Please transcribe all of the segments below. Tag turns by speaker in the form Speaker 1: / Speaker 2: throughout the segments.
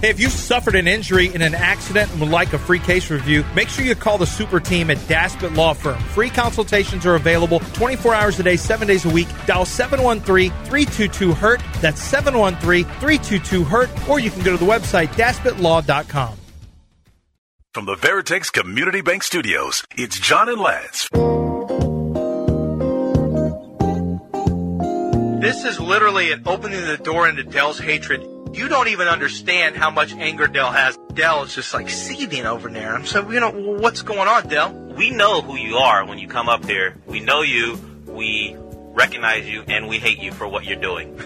Speaker 1: Hey, if you suffered an injury in an accident and would like a free case review, make sure you call the super team at Daspit Law Firm. Free consultations are available 24 hours a day, 7 days a week. Dial 713-322-HURT. E That's 713-322-HURT. E Or you can go to the website, daspitlaw.com.
Speaker 2: From the Veritex Community Bank Studios, it's John and Lance.
Speaker 1: This is literally an opening the door into Dell's hatred. You don't even understand how much anger Dell has. Dell is just like seething over there. I'm so, you know, what's going on, Dell?
Speaker 3: We know who you are when you come up there. We know you, we recognize you, and we hate you for what you're doing.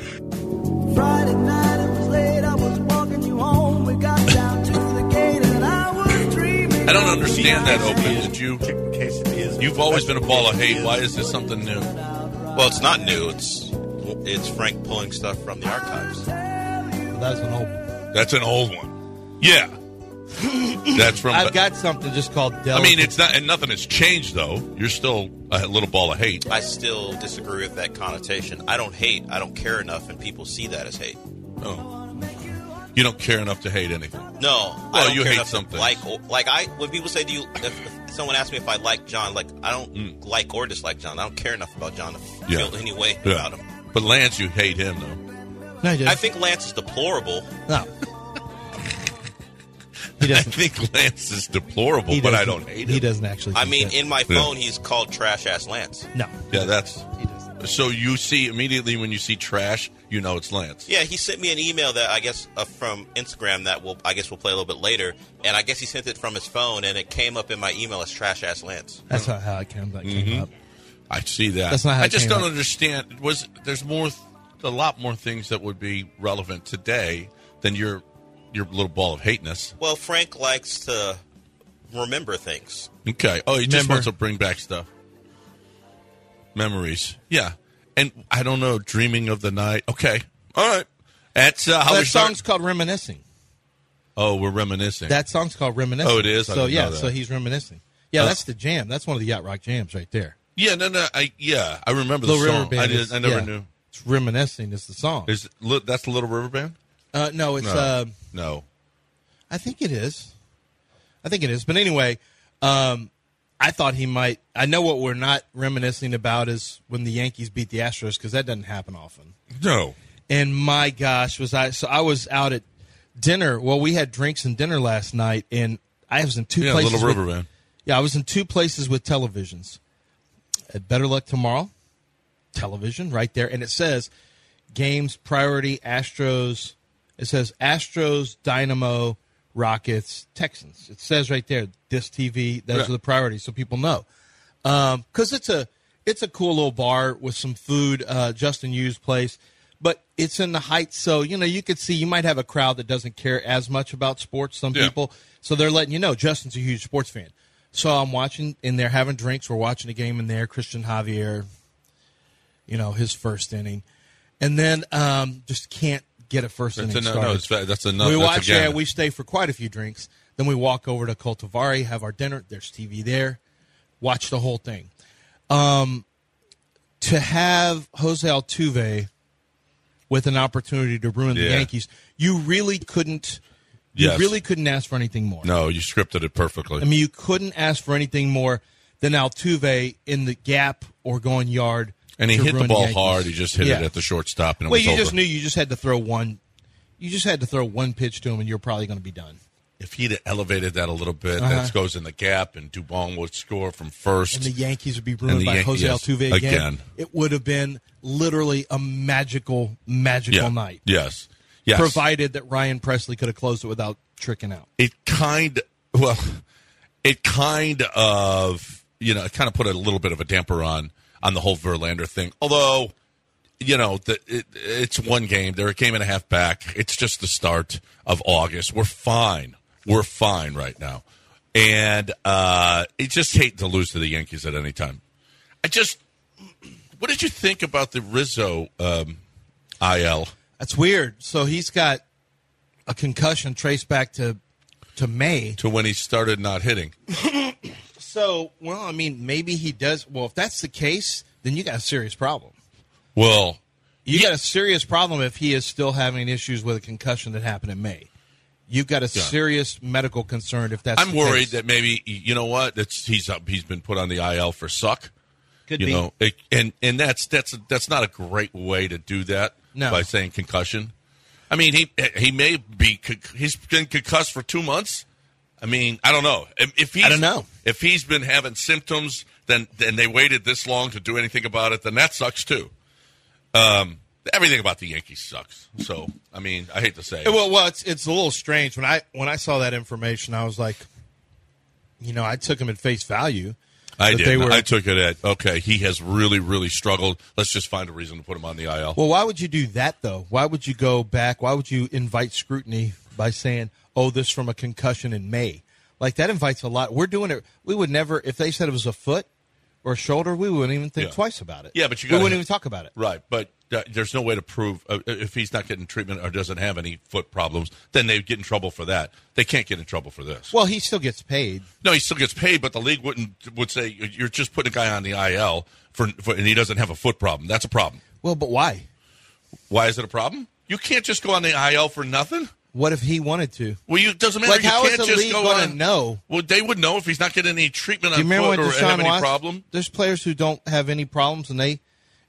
Speaker 4: Friday night, it was late. I was walking you home. We got down to the gate, and I was dreaming.
Speaker 5: I don't understand that open. Did you?
Speaker 6: Chicken quesadillas.
Speaker 5: You've always been a ball of hate. Why is this something new?
Speaker 7: Well, it's not new. It's it's Frank pulling stuff from the archives.
Speaker 8: That's an old.
Speaker 5: That's an old one. Yeah, that's from.
Speaker 8: I've got something just called. Del-
Speaker 5: I mean, it's not, and nothing has changed though. You're still a little ball of hate.
Speaker 7: I still disagree with that connotation. I don't hate. I don't care enough, and people see that as hate.
Speaker 5: Oh. You don't care enough to hate anything.
Speaker 7: No,
Speaker 5: Well,
Speaker 7: I don't
Speaker 5: you
Speaker 7: care
Speaker 5: hate
Speaker 7: enough to
Speaker 5: something.
Speaker 7: Like, or- like I when people say, "Do you?" If, if someone asks me if I like John, like I don't like or dislike John. I don't care enough about John to
Speaker 5: Mm. Yeah.
Speaker 7: feel any way about him.
Speaker 5: But Lance, you hate him though.
Speaker 8: no, he
Speaker 7: I
Speaker 8: doesn't.
Speaker 7: think Lance is deplorable.
Speaker 8: no. he
Speaker 5: I
Speaker 8: doesn't.
Speaker 5: think Lance is deplorable,
Speaker 8: he
Speaker 5: but I
Speaker 8: doesn't-
Speaker 5: don't hate him.
Speaker 8: He doesn't actually.
Speaker 7: I
Speaker 8: think
Speaker 7: mean,
Speaker 8: that.
Speaker 7: in my
Speaker 5: Yeah.
Speaker 7: phone, he's called trash ass Lance.
Speaker 8: no,
Speaker 5: Yeah, that's.
Speaker 8: he doesn't.
Speaker 5: So you see immediately when you see trash, you know it's Lance.
Speaker 7: Yeah, he sent me an email that I guess uh, from Instagram that will I guess we'll play a little bit later, and I guess he sent it from his phone, and it came up in my email as trash ass Lance.
Speaker 8: That's not how it came, that came up.
Speaker 5: I see that.
Speaker 8: That's not how
Speaker 5: I
Speaker 8: it
Speaker 5: just
Speaker 8: came
Speaker 5: don't
Speaker 8: up.
Speaker 5: understand. Was there's more, a lot more things that would be relevant today than your your little ball of hateness.
Speaker 7: Well, Frank likes to remember things.
Speaker 5: Okay. Oh, he just
Speaker 8: Remember-
Speaker 5: wants to bring back stuff, memories. Yeah, and I don't know, dreaming of the night. Okay, all right. That's uh, how we
Speaker 8: that
Speaker 5: start-
Speaker 8: song's called reminiscing.
Speaker 5: Oh, we're reminiscing.
Speaker 8: That song's called reminiscing.
Speaker 5: Oh, it is? I
Speaker 8: So
Speaker 5: didn't
Speaker 8: yeah,
Speaker 5: know that.
Speaker 8: so he's reminiscing. Yeah,
Speaker 5: Oh.
Speaker 8: that's the jam. That's one of the yacht rock jams right there.
Speaker 5: yeah, no, no. I yeah, I remember the
Speaker 8: Little
Speaker 5: song.
Speaker 8: River Band.
Speaker 5: I, did,
Speaker 8: is-
Speaker 5: I never
Speaker 8: yeah.
Speaker 5: knew.
Speaker 8: It's reminiscing is the song.
Speaker 5: Is li- that's the Little River Band?
Speaker 8: uh, no, it's.
Speaker 5: No,
Speaker 8: Uh,
Speaker 5: no.
Speaker 8: I think it is. I think it is. But anyway, um, I thought he might. I know what we're not reminiscing about is when the Yankees beat the Astros because that doesn't happen often.
Speaker 5: No.
Speaker 8: And my gosh, was I so I was out at dinner. Well, we had drinks and dinner last night, and I was in two
Speaker 5: Yeah,
Speaker 8: places.
Speaker 5: Little
Speaker 8: with-
Speaker 5: River Band.
Speaker 8: Yeah, I was in two places with televisions. At Better Luck Tomorrow, television right there, and it says games priority Astros. It says Astros, Dynamo, Rockets, Texans. It says right there, this TV. Those
Speaker 5: Yeah.
Speaker 8: are the priorities, so people know. Because it's a it's a cool little bar with some food. Uh, Justin Yu's place, but it's in the Heights, so you know you could see you might have a crowd that doesn't care as much about sports. Some
Speaker 5: Yeah.
Speaker 8: people, so they're letting you know Justin's a huge sports fan. So I'm watching, and they're having drinks. We're watching a game in there. Christian Javier, you know, his first inning, and then um, just can't get a first
Speaker 5: That's
Speaker 8: inning
Speaker 5: a no- no,
Speaker 8: started.
Speaker 5: it's fa- that's a no-
Speaker 8: We
Speaker 5: that's a
Speaker 8: watch,
Speaker 5: gamut.
Speaker 8: yeah, we stay for quite a few drinks. Then we walk over to Cultivari, have our dinner. There's TV there. Watch the whole thing. Um, to have Jose Altuve with an opportunity to ruin the
Speaker 5: Yeah.
Speaker 8: Yankees, you really couldn't. You
Speaker 5: Yes.
Speaker 8: really couldn't ask for anything more.
Speaker 5: No, you scripted it perfectly.
Speaker 8: I mean, you couldn't ask for anything more than Altuve in the gap or going yard.
Speaker 5: and he
Speaker 8: to
Speaker 5: hit the
Speaker 8: ruin
Speaker 5: ball
Speaker 8: Yankees.
Speaker 5: hard. He just hit
Speaker 8: Yeah.
Speaker 5: it at the shortstop, and it
Speaker 8: Well,
Speaker 5: was
Speaker 8: you
Speaker 5: over.
Speaker 8: just knew you just had to throw one. You just had to throw one pitch to him, and you're probably going to be done.
Speaker 5: if he'd have elevated that a little bit,
Speaker 8: Uh-huh.
Speaker 5: that goes in the gap, and Dubon would score from first.
Speaker 8: And the Yankees would be
Speaker 5: And
Speaker 8: ruined
Speaker 5: the
Speaker 8: by
Speaker 5: Yan-
Speaker 8: Jose
Speaker 5: yes,
Speaker 8: Altuve again.
Speaker 5: again.
Speaker 8: It would have been literally a magical, magical
Speaker 5: yeah.
Speaker 8: night,
Speaker 5: Yes. Yes.
Speaker 8: provided that Ryan Presley could have closed it without tricking out.
Speaker 5: it kind well, it kind of you know, it kind of put a little bit of a damper on on the whole Verlander thing. Although, you know, the, it, it's one game. They're a game and a half back. It's just the start of August. We're fine. We're fine right now. And uh, it's just hate to lose to the Yankees at any time. I just, what did you think about the Rizzo um, IL?
Speaker 8: That's weird. So he's got a concussion traced back to to May.
Speaker 5: to when he started not hitting.
Speaker 8: So, well, I mean, maybe he does. Well, if that's the case, then you got a serious problem.
Speaker 5: Well,
Speaker 8: You got a serious problem if he is still having issues with a concussion that happened in May. You've got a serious medical concern if that's.
Speaker 5: I'm
Speaker 8: the
Speaker 5: worried
Speaker 8: case.
Speaker 5: that maybe you know what? That's he's up. He's been put on the IL for suck.
Speaker 8: Could
Speaker 5: you
Speaker 8: be.
Speaker 5: know, it, and and that's that's that's not a great way to do that.
Speaker 8: No.
Speaker 5: by saying concussion. I mean, he he may be con- he's been concussed for two months. I mean, I don't know if if he's,
Speaker 8: I don't know.
Speaker 5: if he's been having symptoms. Then then they waited this long to do anything about it. Then that sucks too. Um, everything about the Yankees sucks. So I mean, I hate to say it.
Speaker 8: Well, well, it's it's a little strange when I when I saw that information, I was like, you know, I took him at face value.
Speaker 5: I
Speaker 8: that
Speaker 5: did.
Speaker 8: They were,
Speaker 5: I took it at okay. He has really, really struggled. Let's just find a reason to put him on the IL.
Speaker 8: well, why would you do that though? Why would you go back? Why would you invite scrutiny by saying, "Oh, this from a concussion in May"? Like that invites a lot. We're doing it. We would never if they said it was a foot or a shoulder, we wouldn't even think
Speaker 5: Yeah.
Speaker 8: twice about it.
Speaker 5: Yeah, but you
Speaker 8: we
Speaker 5: gotta-
Speaker 8: wouldn't even talk about it.
Speaker 5: right, but uh, there's no way to prove uh, if he's not getting treatment or doesn't have any foot problems. Then they get in trouble for that. They can't get in trouble for this.
Speaker 8: Well, he still gets paid.
Speaker 5: no, he still gets paid, but the league wouldn't would say you're just putting a guy on the IL for, for and he doesn't have a foot problem. That's a problem.
Speaker 8: Well, but why?
Speaker 5: Why is it a problem? You can't just go on the IL for nothing.
Speaker 8: What if he wanted to?
Speaker 5: Well, you, it doesn't matter.
Speaker 8: Like,
Speaker 5: you
Speaker 8: how is
Speaker 5: can't
Speaker 8: the
Speaker 5: just
Speaker 8: league
Speaker 5: go
Speaker 8: gonna
Speaker 5: on.
Speaker 8: know?
Speaker 5: Well, they would know if he's not getting any treatment
Speaker 8: Do
Speaker 5: on
Speaker 8: you remember
Speaker 5: foot
Speaker 8: when
Speaker 5: or have
Speaker 8: Deshaun
Speaker 5: any
Speaker 8: Watson?
Speaker 5: problem.
Speaker 8: There's players who don't have any problems and they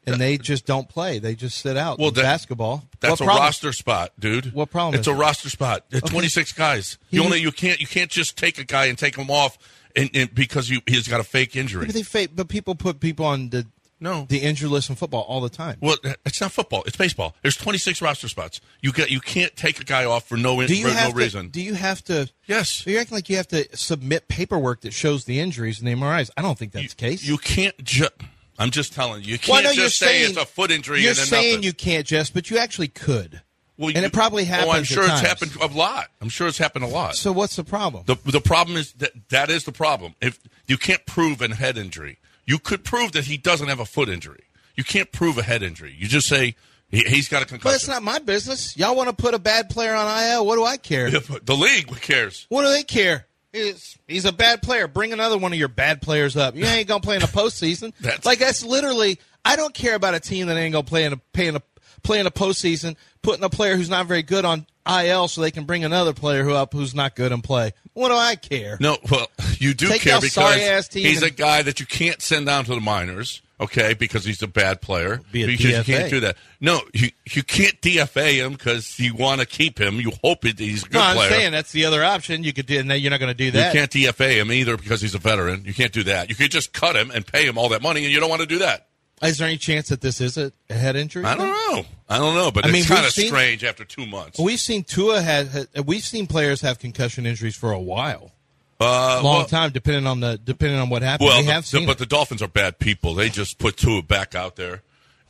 Speaker 8: and they just don't play. They just sit out.
Speaker 5: Well,
Speaker 8: in
Speaker 5: that-
Speaker 8: basketball.
Speaker 5: That's
Speaker 8: What
Speaker 5: a
Speaker 8: problem?
Speaker 5: roster spot, dude.
Speaker 8: What problem
Speaker 5: It's
Speaker 8: is
Speaker 5: a
Speaker 8: it?
Speaker 5: roster spot. It's twenty six guys. You
Speaker 8: He-
Speaker 5: only you can't you can't just take a guy and take him off and, and because you he's got a fake injury.
Speaker 8: But, they fa- but people put people on the
Speaker 5: No.
Speaker 8: the injury list in football all the time.
Speaker 5: well, it's not football. It's baseball. There's 26 roster spots. You got you can't take a guy off for no in-
Speaker 8: do you
Speaker 5: for
Speaker 8: have
Speaker 5: no
Speaker 8: to,
Speaker 5: reason.
Speaker 8: Do you have to?
Speaker 5: Yes.
Speaker 8: You're acting like you have to submit paperwork that shows the injuries and the MRIs. I don't think that's
Speaker 5: you,
Speaker 8: the case.
Speaker 5: you can't just. I'm just telling you. You can't
Speaker 8: well, I know
Speaker 5: just
Speaker 8: you're
Speaker 5: say
Speaker 8: saying
Speaker 5: it's a foot injury.
Speaker 8: You're
Speaker 5: and then
Speaker 8: saying
Speaker 5: nothing.
Speaker 8: you can't, Jess, but you actually could.
Speaker 5: Well,
Speaker 8: and
Speaker 5: you-
Speaker 8: it probably happens.
Speaker 5: Oh, I'm sure
Speaker 8: at
Speaker 5: it's
Speaker 8: times.
Speaker 5: happened a lot. I'm sure it's happened a lot.
Speaker 8: So what's the problem?
Speaker 5: The the problem is that that is the problem. If you can't prove a head injury, you could prove that he doesn't have a foot injury. You can't prove a head injury. You just say he, he's got a concussion.
Speaker 8: But it's not my business. Y'all want to put a bad player on IL? What do I care?
Speaker 5: Yeah, but the league who cares.
Speaker 8: What do they care? It's, he's a bad player. Bring another one of your bad players up. You ain't gonna play in the postseason.
Speaker 5: That's-
Speaker 8: like that's literally. I don't care about a team that ain't gonna play in a pay in a play in a postseason. Putting a player who's not very good on IL so they can bring another player who up who's not good and play. What do I care?
Speaker 5: No, well, you do
Speaker 8: Take
Speaker 5: care
Speaker 8: y'all
Speaker 5: because
Speaker 8: sorry-ass team
Speaker 5: he's
Speaker 8: and-
Speaker 5: a guy that you can't send down to the minors, okay? Because he's a bad player.
Speaker 8: Be a
Speaker 5: because you can't
Speaker 8: DFA.
Speaker 5: do that. No, you you can't DFA him because you want to keep him. You hope that he's a good
Speaker 8: No, I'm
Speaker 5: player.
Speaker 8: saying that's the other option. You could do, and then you're not gonna do that.
Speaker 5: You can't DFA him either because he's a veteran. You can't do that. You could just cut him and pay him all that money, and you don't want to do that.
Speaker 8: Is there any chance that this is a a head injury?
Speaker 5: I don't know. I don't know, but
Speaker 8: Mm-hmm. I mean,
Speaker 5: it's kind of
Speaker 8: we've seen-
Speaker 5: strange after two months.
Speaker 8: We've seen Tua had, had- We've seen players have concussion injuries for a while,
Speaker 5: Uh,
Speaker 8: long time, depending on the depending on what happened.
Speaker 5: Well,
Speaker 8: we
Speaker 5: the-
Speaker 8: have
Speaker 5: the-
Speaker 8: seen.
Speaker 5: but
Speaker 8: it.
Speaker 5: the Dolphins are bad people. They just put Tua back out there,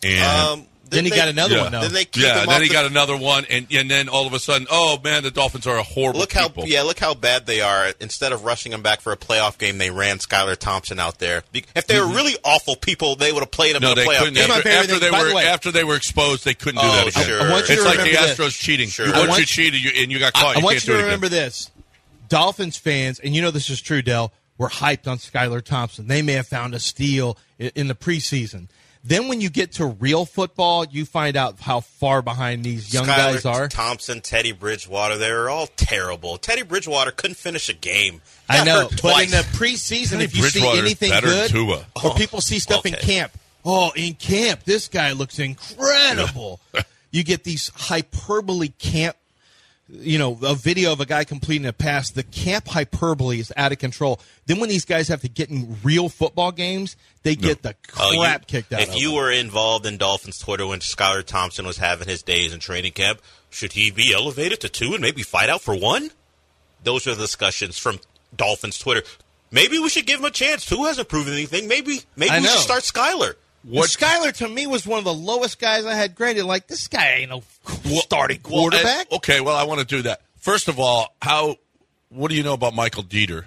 Speaker 5: and
Speaker 8: Then
Speaker 7: didn't
Speaker 8: he got
Speaker 7: they-
Speaker 8: Um, another
Speaker 5: Yeah.
Speaker 8: one. Though.
Speaker 7: Did they keep
Speaker 5: yeah,
Speaker 7: him
Speaker 5: and
Speaker 7: off
Speaker 5: then he
Speaker 7: the-
Speaker 5: got another one, and and then all of a sudden, oh man, the Dolphins are a horrible.
Speaker 7: Look how
Speaker 5: people.
Speaker 7: yeah, look how bad they are. Instead of rushing him back for a playoff game, they ran Skylar Thompson out there. Be- If they were
Speaker 8: Mm-hmm.
Speaker 7: really awful people, they would have played him
Speaker 5: No,
Speaker 7: in a
Speaker 5: they
Speaker 7: playoff
Speaker 5: couldn't.
Speaker 7: game.
Speaker 8: my
Speaker 5: After,
Speaker 8: favorite
Speaker 5: after
Speaker 8: thing.
Speaker 5: they
Speaker 8: By the
Speaker 5: were
Speaker 8: way-
Speaker 5: after they were exposed, they couldn't do
Speaker 7: Oh,
Speaker 5: that again.
Speaker 7: sure. I want
Speaker 8: you
Speaker 5: it's
Speaker 8: to
Speaker 5: like the
Speaker 8: remember
Speaker 5: Astros
Speaker 8: this.
Speaker 5: cheating.
Speaker 7: Sure.
Speaker 5: You
Speaker 7: I
Speaker 5: once
Speaker 8: want
Speaker 5: you
Speaker 8: you-
Speaker 5: cheated, you, and you got caught.
Speaker 8: I
Speaker 5: you
Speaker 8: want
Speaker 5: can't do
Speaker 8: you
Speaker 5: it
Speaker 8: to
Speaker 5: again.
Speaker 8: remember this: Dolphins fans, and you know this is true. Dell were hyped on Skylar Thompson. They may have found a steal i- in the preseason. Then, when you get to real football, you find out how far behind these young
Speaker 7: Skylar
Speaker 8: guys are.
Speaker 7: Thompson, Teddy Bridgewater, they were all terrible. Teddy Bridgewater couldn't finish a game.
Speaker 8: I
Speaker 7: Got
Speaker 8: know,
Speaker 7: hurt
Speaker 8: but in
Speaker 7: twice.
Speaker 8: the preseason,
Speaker 5: Teddy
Speaker 8: if you see
Speaker 5: Bridgewater's
Speaker 8: anything
Speaker 5: better than
Speaker 8: good,
Speaker 5: Tua.
Speaker 8: or people see stuff in
Speaker 7: okay.
Speaker 8: camp, oh, in camp, this guy looks incredible. you get these hyperbole camp, you know, a video of a guy completing a pass. The camp hyperbole is out of control. Then when these guys have to get in real football games, they get the
Speaker 7: Oh,
Speaker 8: crap
Speaker 7: you-
Speaker 8: kicked out.
Speaker 7: If
Speaker 8: of
Speaker 7: you
Speaker 8: them.
Speaker 7: were involved in Dolphins Twitter when Skylar Thompson was having his days in training camp, should he be elevated to two and maybe fight out for one? Those are the discussions from Dolphins Twitter. Maybe we should give him a chance. Two hasn't proven anything. Maybe maybe
Speaker 8: I
Speaker 7: we should
Speaker 8: know.
Speaker 7: start Skylar.
Speaker 8: what Skyler to me was one of the lowest guys I had graded. Like this guy ain't no starting
Speaker 5: Well, and-
Speaker 8: quarterback.
Speaker 5: okay, well, I want to do that. First of all, how? What do you know about Michael Dieter?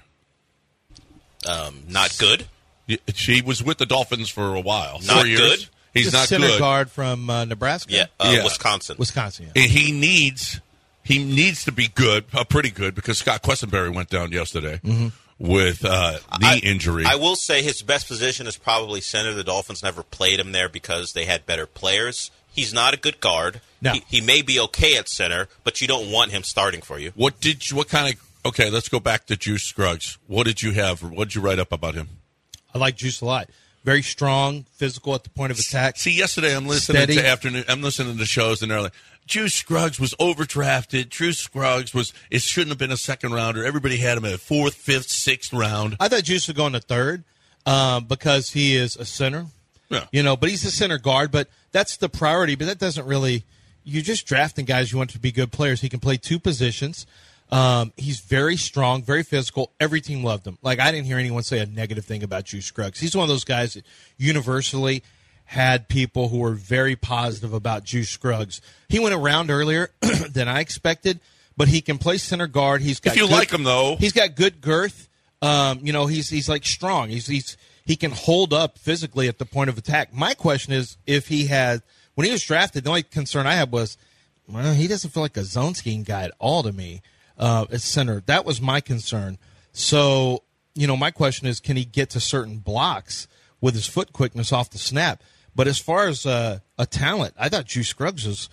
Speaker 7: Um, not good.
Speaker 5: Y- She was with the Dolphins for a while,
Speaker 7: Not
Speaker 5: four years.
Speaker 7: good?
Speaker 5: He's
Speaker 8: the
Speaker 5: not
Speaker 8: center
Speaker 5: good.
Speaker 8: guard from uh, Nebraska.
Speaker 7: Yeah, uh,
Speaker 5: Yeah.
Speaker 7: Wisconsin.
Speaker 8: Wisconsin. yeah.
Speaker 5: And he needs he needs to be good, uh, pretty good, because Scott Questenberry went down yesterday
Speaker 8: Mm-hmm.
Speaker 5: with uh, knee
Speaker 7: I-
Speaker 5: injury.
Speaker 7: I will say his best position is probably center. The Dolphins never played him there because they had better players. He's not a good guard.
Speaker 8: No.
Speaker 7: He, he may be okay at center, but you don't want him starting for you.
Speaker 5: What did you? What kind of? Okay, let's go back to Juice Scruggs. What did you have? What did you write up about him?
Speaker 8: I like Juice a lot. Very strong, physical at the point of attack.
Speaker 5: See, yesterday I'm listening
Speaker 8: Steady.
Speaker 5: to afternoon. I'm listening to shows, and they're like, "Juice Scruggs was overdrafted. Juice Scruggs was. It shouldn't have been a second rounder. Everybody had him at fourth, fifth, sixth round.
Speaker 8: I thought Juice would go in the third um, because he is a center.
Speaker 5: Yeah.
Speaker 8: You know, but he's a center guard, but that's the priority. But that doesn't really. You're just drafting guys you want to be good players. He can play two positions. Um, he's very strong, very physical. Every team loved him. Like, I didn't hear anyone say a negative thing about Juice Scruggs. He's one of those guys that universally had people who were very positive about Juice Scruggs. He went around earlier than I expected, but he can play center guard. He's got
Speaker 5: you
Speaker 8: good-
Speaker 5: like him, though.
Speaker 8: He's got good girth. Um, you know, he's he's like strong. He's he's he can hold up physically at the point of attack. My question is if he had when he was drafted, the only concern I had was, well, he doesn't feel like a zone scheme guy at all to me uh, at center. That was my concern. So, you know, my question is, can he get to certain blocks with his foot quickness off the snap? But as far as uh, a talent, I thought Juice Scruggs was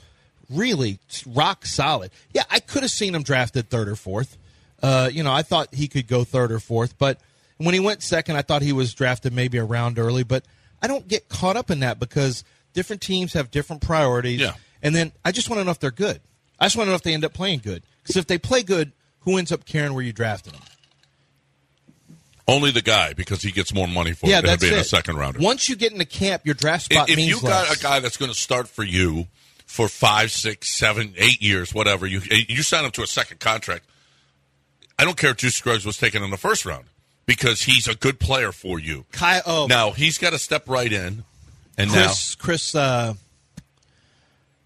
Speaker 8: really rock solid. Yeah, I could have seen him drafted third or fourth. Uh, you know, I thought he could go third or fourth, but when he went second, I thought he was drafted maybe a round early. But I don't get caught up in that because different teams have different priorities.
Speaker 5: Yeah.
Speaker 8: And then I just want to know if they're good. I just want to know if they end up playing good. Because if they play good, who ends up caring where you drafted them?
Speaker 5: Only the guy because he gets more money for
Speaker 8: Yeah,
Speaker 5: it than
Speaker 8: that's
Speaker 5: being
Speaker 8: it.
Speaker 5: a second rounder.
Speaker 8: Once you get into camp, your draft spot
Speaker 5: if, if
Speaker 8: means
Speaker 5: you
Speaker 8: less.
Speaker 5: got a guy that's going to start for you for five, six, seven, eight years, whatever, you eh, you sign him to a second contract. I don't care if Juice Scruggs was taken in the first round because he's a good player for you.
Speaker 8: Kyle, oh,
Speaker 5: Now he's got to step right in, and
Speaker 8: Chris Chris uh,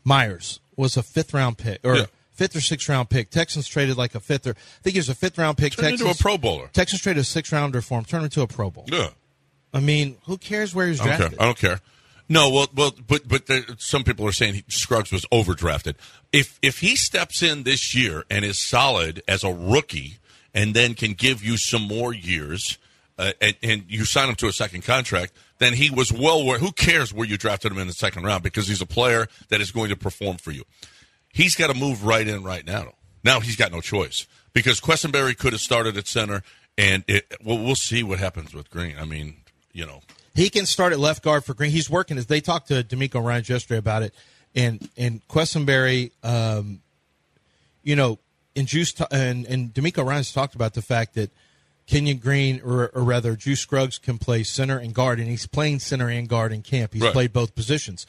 Speaker 8: Myers was a fifth round pick or
Speaker 5: Yeah.
Speaker 8: fifth or sixth round pick. Texans traded like a fifth or I think he was a fifth round pick.
Speaker 5: Turned
Speaker 8: Texans,
Speaker 5: into a Pro Bowler.
Speaker 8: Texans traded a sixth rounder for him. Turned into a Pro Bowl.
Speaker 5: now yeah,
Speaker 8: I mean, who cares where he's
Speaker 5: I don't
Speaker 8: drafted?
Speaker 5: care. I don't care. No, well, well, but but there, some people are saying he, Scruggs was overdrafted. If if he steps in this year and is solid as a rookie, and then can give you some more years, uh, and, and you sign him to a second contract, then he was well worth. Who cares where you drafted him in the second round because he's a player that is going to perform for you. He's got to move right in right now. Now he's got no choice because Questenberry could have started at center, and it, well, we'll see what happens with Green. I mean, you know,
Speaker 8: He can start at left guard for Green. He's working. As they talked to D'Amico Ryan yesterday about it, and and Questenberry, um, you know, and Juice ta- and and D'Amico Ryan's talked about the fact that Kenyon Green or, or rather Juice Scruggs can play center and guard, and he's playing center and guard in camp. He's
Speaker 5: Right.
Speaker 8: played both positions.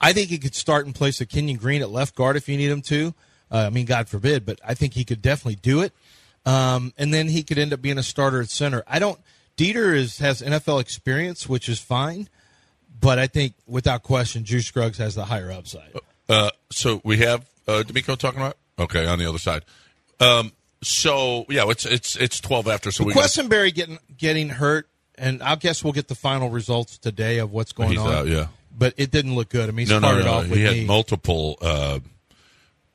Speaker 8: I think he could start in place of Kenyon Green at left guard if you need him to. Uh, I mean, God forbid, but I think he could definitely do it. Um, and then he could end up being a starter at center. I don't. Dieter is has NFL experience, which is fine, but I think without question, Juice Scruggs has the higher upside.
Speaker 5: Uh, so we have uh, D'Amico talking about. Okay, on the other side. Um, so yeah, it's it's it's twelve after. So we
Speaker 8: Questenberry getting getting hurt, and I guess we'll get the final results today of what's going
Speaker 5: He's
Speaker 8: on.
Speaker 5: out, yeah.
Speaker 8: but it didn't look good. I mean, he
Speaker 5: no no
Speaker 8: started
Speaker 5: no.
Speaker 8: off with
Speaker 5: He had
Speaker 8: knee.
Speaker 5: multiple uh,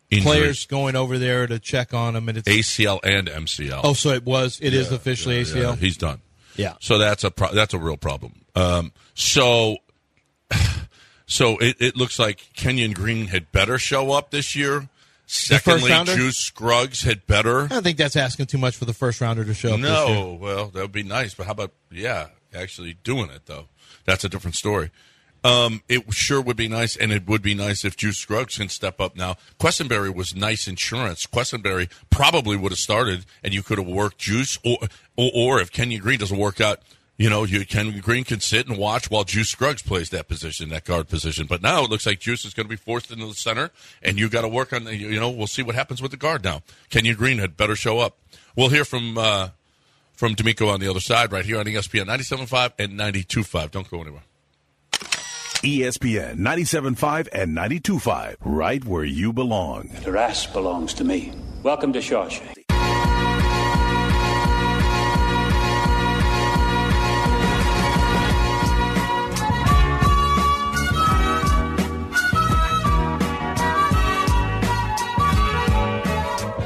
Speaker 5: injuries,
Speaker 8: players going over there to check on him, and it's
Speaker 5: ACL and MCL.
Speaker 8: oh, so it was. It is officially
Speaker 5: Yeah,
Speaker 8: ACL.
Speaker 5: he's done.
Speaker 8: Yeah.
Speaker 5: So that's a pro- that's a real problem. Um, so so it, it looks like Kenyon Green had better show up this year. Secondly,
Speaker 8: rounder?
Speaker 5: Juice Scruggs had better.
Speaker 8: I don't think that's asking too much for the first rounder to show up. this year.
Speaker 5: No, Oh, well, that would be nice, but how about yeah, actually doing it though? That's a different story. Um, it sure would be nice, and it would be nice if Juice Scruggs can step up now. Questenberry was nice insurance. Questenberry probably would have started, and you could have worked Juice, or or, or if Kenyon Green doesn't work out, you know, you Kenyon Green can sit and watch while Juice Scruggs plays that position, that guard position. But now it looks like Juice is going to be forced into the center, and you got to work on. the- You you know, we'll see what happens with the guard now. Kenyon Green had better show up. We'll hear from. Uh, from D'Amico on the other side right here on E ESPN 97.5 and 92.5. Don't go anywhere.
Speaker 2: E ESPN 97.5 and 92.5, right where you belong.
Speaker 6: The ass belongs to me. Welcome to Shawshank.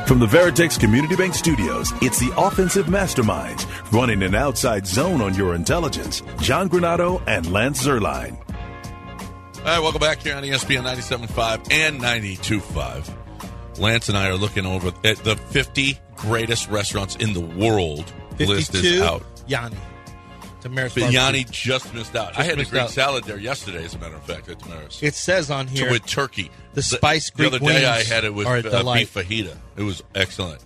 Speaker 2: From the Veritex Community Bank Studios, it's the offensive masterminds running an outside zone on your intelligence, John Granado and Lance Zerline.
Speaker 5: All right, welcome back here on E ESPN 97.5 and 92.5. Lance and I are looking over at the 50 greatest restaurants in the world list is out.
Speaker 8: Yanni. Damaris
Speaker 5: But
Speaker 8: barbecue.
Speaker 5: Yanni just missed out. I had a
Speaker 8: missed
Speaker 5: Greek
Speaker 8: out.
Speaker 5: salad there yesterday, as a matter of fact, at Damaris.
Speaker 8: It says on here.
Speaker 5: with turkey.
Speaker 8: The spice
Speaker 5: The
Speaker 8: Greek
Speaker 5: other day I
Speaker 8: wings
Speaker 5: had it with
Speaker 8: are a
Speaker 5: uh, beef
Speaker 8: delight.
Speaker 5: fajita. It was excellent.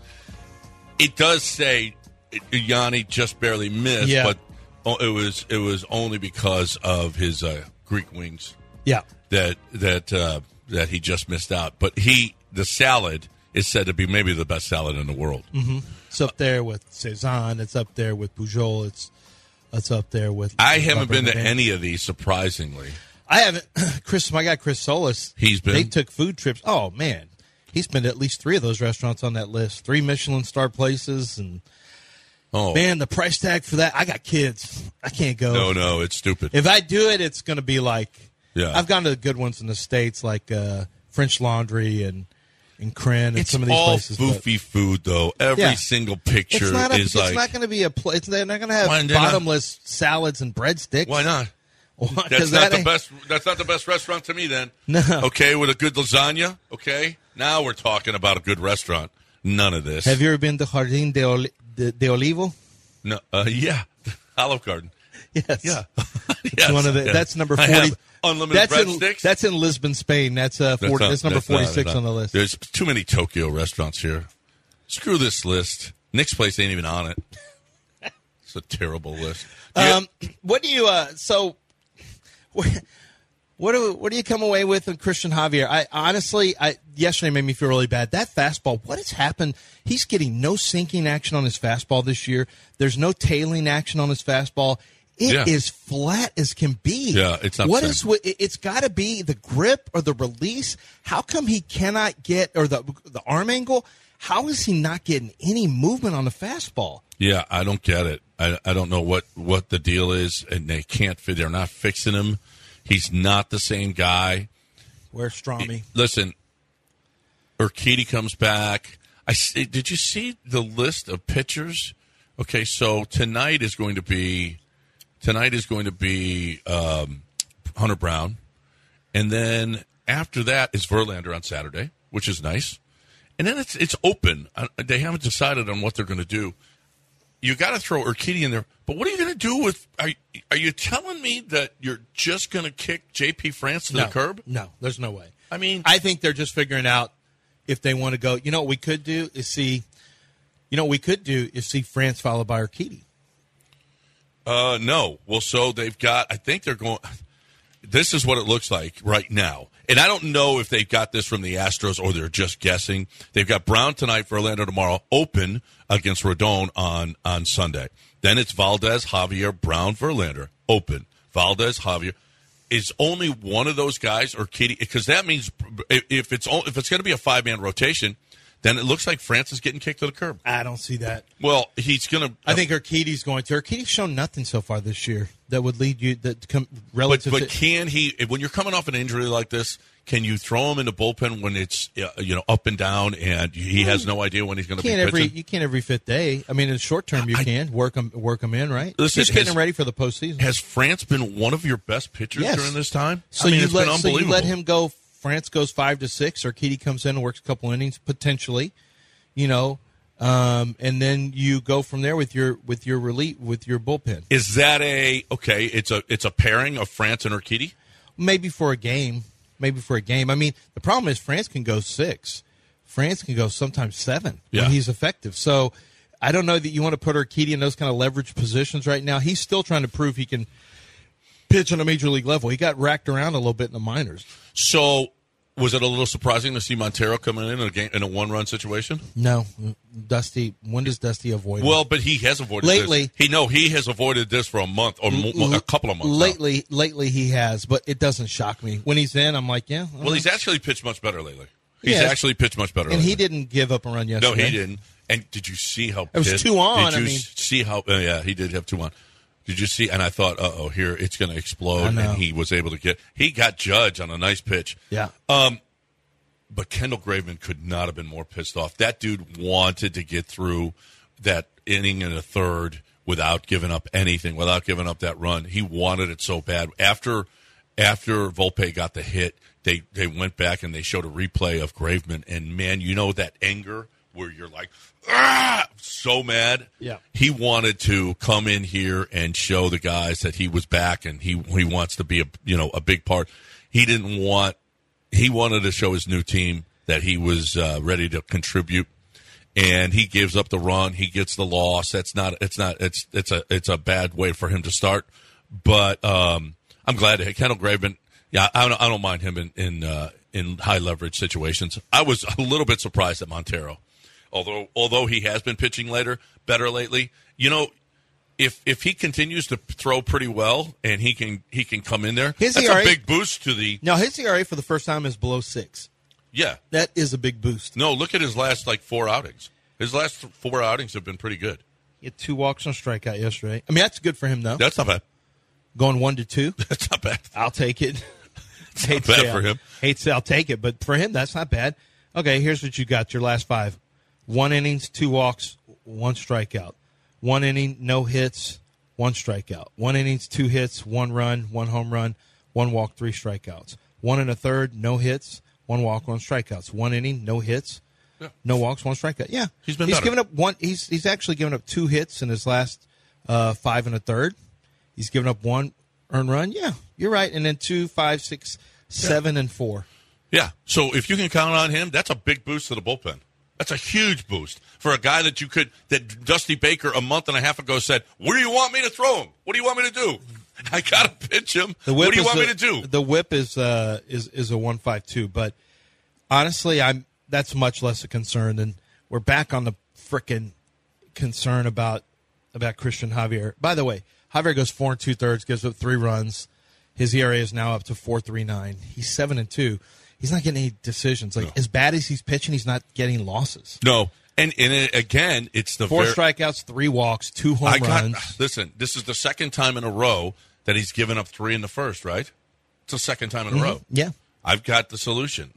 Speaker 5: It does say it- Yanni just barely missed,
Speaker 8: Yeah.
Speaker 5: but o- it was it was only because of his uh, Greek wings
Speaker 8: yeah.
Speaker 5: that that uh, that he just missed out. But he the salad is said to be maybe the best salad in the world.
Speaker 8: Mm-hmm. It's up there with Cezanne. It's up there with Pujol. It's it's up there with.
Speaker 5: I haven't been to
Speaker 8: Bernabeu.
Speaker 5: any of these. Surprisingly,
Speaker 8: I haven't. Chris, my guy Chris Solis.
Speaker 5: He's been-
Speaker 8: They took food trips. Oh man, he's been to at least three of those restaurants on that list. Three Michelin star places, and
Speaker 5: oh
Speaker 8: man, the price tag for that. I got kids. I can't go.
Speaker 5: no, no, it's stupid.
Speaker 8: If I do it, it's going to be like.
Speaker 5: Yeah.
Speaker 8: I've gone to good ones in the states, like uh, French Laundry and and Crin and
Speaker 5: it's
Speaker 8: some of these
Speaker 5: all
Speaker 8: places. but-
Speaker 5: goofy food, though. Every
Speaker 8: Yeah.
Speaker 5: single picture
Speaker 8: It's not, a,
Speaker 5: is
Speaker 8: it's
Speaker 5: like
Speaker 8: not going to be a place. They're not going to have
Speaker 5: Why not?
Speaker 8: bottomless salads and breadsticks.
Speaker 5: why not? That's
Speaker 8: Because
Speaker 5: not
Speaker 8: that
Speaker 5: the
Speaker 8: ain't-
Speaker 5: best. That's not the best restaurant to me. Then
Speaker 8: No.
Speaker 5: Okay, with a good lasagna. Okay, now we're talking about a good restaurant. None of this.
Speaker 8: Have you ever been to Jardín de, Oli- de, de Olivo?
Speaker 5: No. Uh, yeah, Olive Garden.
Speaker 8: Yes.
Speaker 5: Yeah.
Speaker 8: It's
Speaker 5: Yes,
Speaker 8: one of the,
Speaker 5: yes.
Speaker 8: That's number
Speaker 5: I
Speaker 8: forty.
Speaker 5: have unlimited
Speaker 8: that's In,
Speaker 5: breadsticks?
Speaker 8: that's in Lisbon, Spain. That's uh, 40, that's,
Speaker 5: not-
Speaker 8: number
Speaker 5: not-
Speaker 8: forty six
Speaker 5: that's
Speaker 8: on the
Speaker 5: not-
Speaker 8: list.
Speaker 5: There's too many Tokyo restaurants here. Screw this list. Nick's place ain't even on it. It's a terrible list. Do you-
Speaker 8: Um, what do you? Uh, so, what, what do what do you come away with in Christian Javier? I honestly, I yesterday made me feel really bad. That fastball. What has happened? He's getting no sinking action on his fastball this year. There's no tailing action on his fastball. It is
Speaker 5: Yeah.
Speaker 8: flat as can be.
Speaker 5: Yeah, it's not
Speaker 8: What
Speaker 5: the
Speaker 8: is
Speaker 5: same.
Speaker 8: with it- it's got to be the grip or the release. How come he cannot get or the the arm angle? How is he not getting any movement on the fastball?
Speaker 5: Yeah, I don't get it. I, I don't know what, what the deal is, and they can't. fi- They're not fixing him. He's not the same guy.
Speaker 8: Where's Strami?
Speaker 5: Listen, Urquidy comes back. I see, did you see the list of pitchers? Okay, so tonight is going to be tonight is going to be um, Hunter Brown, and then after that is Verlander on Saturday, which is nice. And then it's it's open. I, they haven't decided on what they're going to do. You got to throw Urquidy in there, but what are you going to do with? Are, are you telling me that you're just going to kick J.P. France to
Speaker 8: no,
Speaker 5: the curb?
Speaker 8: No, there's no way.
Speaker 5: I mean-
Speaker 8: I think they're just figuring out if they want to go. You know what we could do is see. You know what we could do is see France followed by Arcidi.
Speaker 5: Uh, no. Well, so they've got. I think they're going. This is what it looks like right now, and I don't know if they've got this from the Astros or they're just guessing. They've got Brown tonight for Orlando tomorrow, open against Rodon on on Sunday. Then it's Valdez, Javier, Brown, Verlander, open. Valdez, Javier. Is only one of those guys or Kitty? Because that means if- if it's o- if it's going to be a five man rotation, then it looks like France is getting kicked to the curb.
Speaker 8: I don't see that.
Speaker 5: Well, he's going to.
Speaker 8: I think Arcidi's going to. Arcidi's shown nothing so far this year that would lead you that to come
Speaker 5: But
Speaker 8: relative.
Speaker 5: but
Speaker 8: to,
Speaker 5: can he? When you're coming off an injury like this, can you throw him in the bullpen when it's uh, you know up and down and he has no idea when he's going to be
Speaker 8: can't every
Speaker 5: pitching?
Speaker 8: you can't every fifth day. I mean, in the short term, you can work them work them in, right?
Speaker 5: Listen,
Speaker 8: just getting
Speaker 5: his-
Speaker 8: him ready for the postseason.
Speaker 5: Has France been one of your best pitchers
Speaker 8: Yes.
Speaker 5: during this time?
Speaker 8: So
Speaker 5: I mean,
Speaker 8: you
Speaker 5: it's
Speaker 8: let
Speaker 5: been
Speaker 8: so
Speaker 5: unbelievable.
Speaker 8: you let him go. France goes five to six, or Kitty comes in and works a couple innings potentially, you know, um, and then you go from there with your with your relief with your bullpen.
Speaker 5: Is that a okay? It's a it's a pairing of France and Urquidy.
Speaker 8: Maybe for a game, maybe for a game. I mean, the problem is France can go six, France can go sometimes seven
Speaker 5: Yeah.
Speaker 8: when he's effective. So I don't know that you want to put Urquidy in those kind of leverage positions right now. He's still trying to prove he can pitch on a major league level. He got racked around a little bit in the minors.
Speaker 5: So was it a little surprising to see Montero coming in in a game in a one run situation?
Speaker 8: No, Dusty. When does Dusty avoid? him?
Speaker 5: Well, but he has avoided
Speaker 8: Lately-
Speaker 5: This. He no, he has avoided this for a month or mo- mo- a couple of months. now.
Speaker 8: Lately, lately he has, but it doesn't shock me. When he's in, I'm like, yeah.
Speaker 5: well, he's
Speaker 8: uh,
Speaker 5: actually pitched much better lately. He's
Speaker 8: Yes.
Speaker 5: actually pitched much better.
Speaker 8: and
Speaker 5: lately.
Speaker 8: he didn't give up a run
Speaker 5: No,
Speaker 8: yesterday.
Speaker 5: he didn't. And did you see how?
Speaker 8: It was
Speaker 5: pissed-
Speaker 8: two on,
Speaker 5: Did
Speaker 8: I
Speaker 5: you
Speaker 8: mean.
Speaker 5: see how? Uh, yeah, he did have two on. Did you see? And I thought, uh oh, here it's going to
Speaker 8: I
Speaker 5: explode.
Speaker 8: know.
Speaker 5: And he was able to get. He got Judge on a nice pitch.
Speaker 8: Yeah.
Speaker 5: Uh, But Kendall Graveman could not have been more pissed off. That dude wanted to get through that inning and a third without giving up anything, without giving up that run. He wanted it so bad. After after Volpe got the hit, they they went back and they showed a replay of Graveman, and man, you know that anger where you're like, ah, so mad.
Speaker 8: Yeah.
Speaker 5: he wanted to come in here and show the guys that he was back, and he he wants to be a you know a big part. He didn't want he wanted to show his new team that he was uh, ready to contribute and he gives up the run. He gets the loss. That's not. It's not. It's it's a it's a bad way for him to start. But um, I'm glad that Kendall Graveman. Yeah, I don't, I don't mind him in in uh, in high leverage situations. I was a little bit surprised at Montero, although although he has been pitching later better lately. You know. If, if he continues to throw pretty well and he can he can come in there,
Speaker 8: His
Speaker 5: that's a
Speaker 8: ERA
Speaker 5: big boost to the
Speaker 8: Now his ERA for the first time is below six.
Speaker 5: yeah.
Speaker 8: That is a big boost.
Speaker 5: No, look at his last like four outings. His last four outings have been pretty good.
Speaker 8: He had two walks and a strikeout yesterday. I mean, that's good for him though.
Speaker 5: That's not bad.
Speaker 8: Going one to two,
Speaker 5: That's not bad.
Speaker 8: I'll take it.
Speaker 5: not
Speaker 8: to
Speaker 5: bad
Speaker 8: say
Speaker 5: for
Speaker 8: I'll-
Speaker 5: him.
Speaker 8: Hate to say I'll take it, but for him, that's not bad. Okay, here's what you got: your last five, one innings, two walks, one strikeout. One inning, no hits, one strikeout. One innings, two hits, one run, one home run, one walk, three strikeouts. One and a third, no hits, one walk, one strikeouts. One inning, no hits, no walks, one strikeout. Yeah,
Speaker 5: He's been
Speaker 8: he's
Speaker 5: better.
Speaker 8: given up one. He's he's actually given up two hits in his last uh, five and a third. He's given up one earned run. Yeah, you're right. And then two, five, six, seven, and four.
Speaker 5: Yeah. So if you can count on him, that's a big boost to the bullpen. That's a huge boost for a guy that you could that Dusty Baker a month and a half ago said, "Where do you want me to throw him? What do you want me to do? I gotta pitch him. What do you
Speaker 8: is
Speaker 5: want
Speaker 8: a-
Speaker 5: me to do?"
Speaker 8: The whip is uh, is is a one five two, but honestly, I'm that's much less a concern. And we're back on the frickin' concern about about Christian Javier. By the way, Javier goes four and two thirds, gives up three runs. His ERA is now up to four three nine. He's seven and two. He's not getting any decisions. Like as bad as he's pitching, he's not getting losses.
Speaker 5: no, and and it, again, it's the
Speaker 8: Four
Speaker 5: ver-
Speaker 8: strikeouts, three walks, two home
Speaker 5: I got.
Speaker 8: runs.
Speaker 5: Listen, this is the second time in a row that he's given up three in the first. Right? It's the second time in
Speaker 8: Mm-hmm.
Speaker 5: a row.
Speaker 8: Yeah.
Speaker 5: I've got the solution.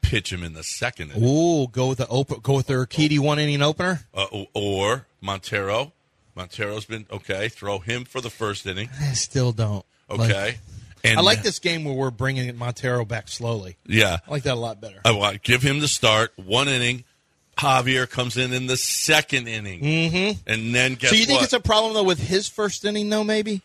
Speaker 5: Pitch him in the second. inning.
Speaker 8: Ooh, go with the open, go with the Urquidy one inning opener.
Speaker 5: uh, o- or Montero. Montero's been okay. Throw him for the first inning.
Speaker 8: I still don't.
Speaker 5: Okay. and
Speaker 8: I like this game where we're bringing Montero back slowly.
Speaker 5: Yeah.
Speaker 8: I like that a lot better.
Speaker 5: I want give him the start. One inning. Javier comes in in the second inning. Mm-hmm. And then guess
Speaker 8: so you think
Speaker 5: what?
Speaker 8: it's a problem though with his first inning though maybe?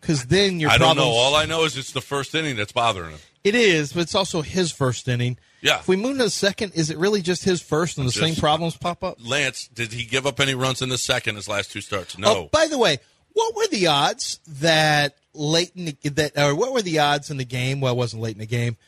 Speaker 8: Because then your
Speaker 5: I don't
Speaker 8: problem
Speaker 5: know. All I know is it's the first inning that's bothering him.
Speaker 8: it is, but it's also his first inning.
Speaker 5: Yeah.
Speaker 8: If we move to the second, is it really just his first and the same
Speaker 5: Just-
Speaker 8: problems pop up?
Speaker 5: Lance, did he give up any runs in the second his last two starts? No.
Speaker 8: Oh, by the way, what were the odds that late in the, that or what were the odds in the game? Well, it wasn't late in the game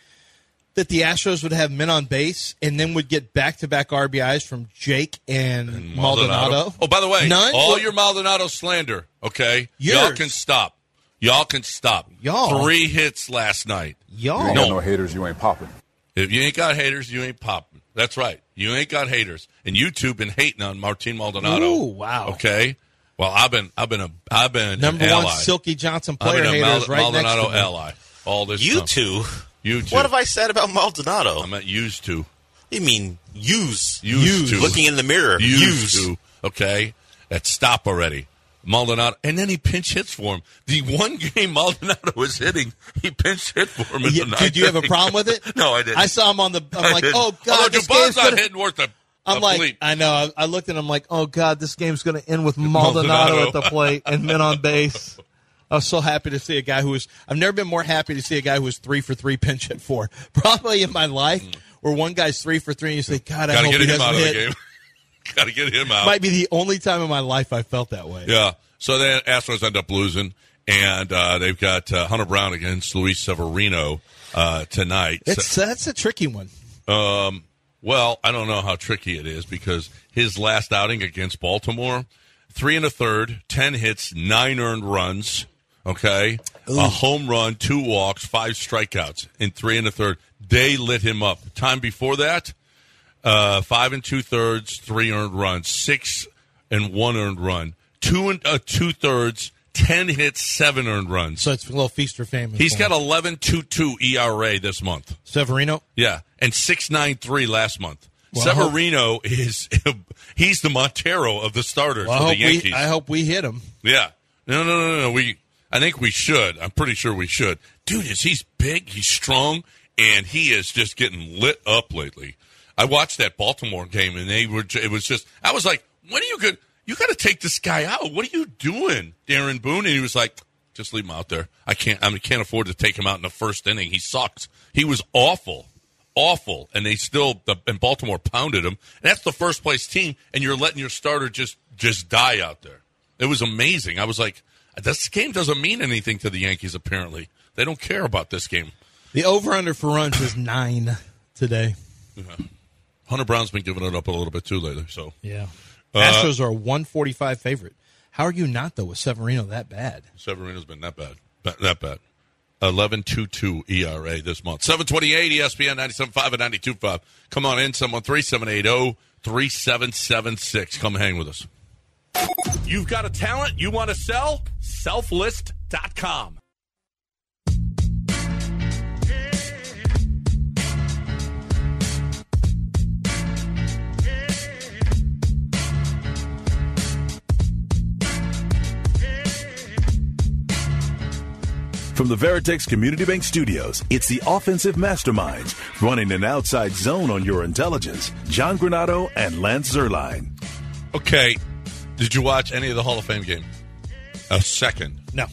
Speaker 8: that the Astros would have men on base and then would get back to back RBIs from Jake and, Maldonado.
Speaker 5: Oh, by the way,
Speaker 8: none.
Speaker 5: all
Speaker 8: Well,
Speaker 5: your Maldonado slander, okay? Y'all
Speaker 8: Yours.
Speaker 5: can stop. Y'all can stop.
Speaker 8: Y'all.
Speaker 5: Three hits last night.
Speaker 8: y'all.
Speaker 5: No.
Speaker 9: haters, you ain't popping.
Speaker 5: If you ain't got haters, you ain't popping. That's right. You ain't got haters, and you two been hating on Martin Maldonado.
Speaker 8: Ooh, wow.
Speaker 5: Okay. Well, I've been, I've been a, I've been
Speaker 8: Number
Speaker 5: an
Speaker 8: one,
Speaker 5: ally.
Speaker 8: Silky Johnson
Speaker 5: I've
Speaker 8: player
Speaker 5: been a
Speaker 8: haters
Speaker 5: Mal-
Speaker 8: right
Speaker 5: Maldonado
Speaker 8: next to me.
Speaker 5: ally. All this.
Speaker 7: You
Speaker 5: time.
Speaker 7: two.
Speaker 5: You two.
Speaker 7: What have I said about Maldonado?
Speaker 5: I meant used to.
Speaker 7: You mean use?
Speaker 5: Used to.
Speaker 7: Looking in the mirror.
Speaker 5: Used
Speaker 7: Use.
Speaker 5: to. Okay. That stop already. Maldonado, and then he pinch hits for him. The one game Maldonado was hitting, he pinch hit for him. in
Speaker 8: Yeah,
Speaker 5: the
Speaker 8: did you have a
Speaker 5: ninth
Speaker 8: problem with
Speaker 5: inning.
Speaker 8: it?
Speaker 5: no, I didn't.
Speaker 8: I saw him on the. I'm
Speaker 5: I
Speaker 8: like,
Speaker 5: didn't.
Speaker 8: oh god,
Speaker 5: Although
Speaker 8: this game's
Speaker 5: Dubon's not
Speaker 8: gonna.
Speaker 5: hitting worth a.
Speaker 8: I'm
Speaker 5: a
Speaker 8: like,
Speaker 5: bleep.
Speaker 8: I know. I, I looked at him like, oh god, this game's going to end with Maldonado,
Speaker 5: Maldonado.
Speaker 8: at the plate and men on base. I was so happy to see a guy who was. I've never been more happy to see a guy who was three for three pinch hit four, probably in my life. Where one guy's three for three, and you say, God, I
Speaker 5: Gotta
Speaker 8: hope
Speaker 5: get
Speaker 8: he
Speaker 5: him
Speaker 8: doesn't
Speaker 5: out of the
Speaker 8: hit.
Speaker 5: game. Gotta get him out.
Speaker 8: Might be the only time in my life I felt that way.
Speaker 5: Yeah. So then Astros end up losing, and uh, they've got uh, Hunter Brown against Luis Severino uh, tonight.
Speaker 8: It's that's a tricky one.
Speaker 5: Well, I don't know how tricky it is because his last outing against Baltimore, three and a third, 10 hits, nine earned runs, okay? A home run, two walks, five strikeouts in three and a third. They lit him up. Time before that, uh, five and two thirds, three earned runs, six and one earned run, two and uh, two thirds, 10 hits, seven earned runs.
Speaker 8: So it's a little feast or famine.
Speaker 5: He's
Speaker 8: for
Speaker 5: got
Speaker 8: him.
Speaker 5: 11 ERA E this month.
Speaker 8: Severino.
Speaker 5: Yeah, and six nine three last month.
Speaker 8: Well, I hope-
Speaker 5: Severino is he's the Montero of the starters
Speaker 8: Well, I
Speaker 5: for
Speaker 8: hope
Speaker 5: the Yankees.
Speaker 8: we. I hope we hit him.
Speaker 5: yeah, no, no, no, no, no. We I think we should. I'm pretty sure we should. Dude, is he's big, he's strong, and he is just getting lit up lately. I watched that Baltimore game, and they were. It was just. I was like, when are you good? You got to take this guy out. What are you doing, Darren Boone? And he was like, just leave him out there. I can't. I mean, can't afford to take him out in the first inning. He sucked. He was awful, awful. And they still. The, and Baltimore pounded him. And that's the first place team, and you're letting your starter just just die out there. It was amazing. I was like, this game doesn't mean anything to the Yankees. Apparently, they don't care about this game.
Speaker 8: The over under for runs is nine today.
Speaker 5: Hunter Brown's been giving it up a little bit too lately. So
Speaker 8: Yeah.
Speaker 7: Uh,
Speaker 8: Astros are a 145 favorite. How are you not, though, with Severino that bad?
Speaker 5: Severino's been that bad. Ba- That bad. 11.22 ERA E this month. E 728 ESPN 97.5 and 92.5. Come on in, someone. oh, 3780-3776. Come hang with us. You've got a talent you want to sell? Selflist.com.
Speaker 2: From the Veritex Community Bank Studios, it's the offensive masterminds running an outside zone on your intelligence, John Granado and Lance Zerline.
Speaker 5: Okay. Did you watch any of the Hall of Fame game? A second.
Speaker 8: No.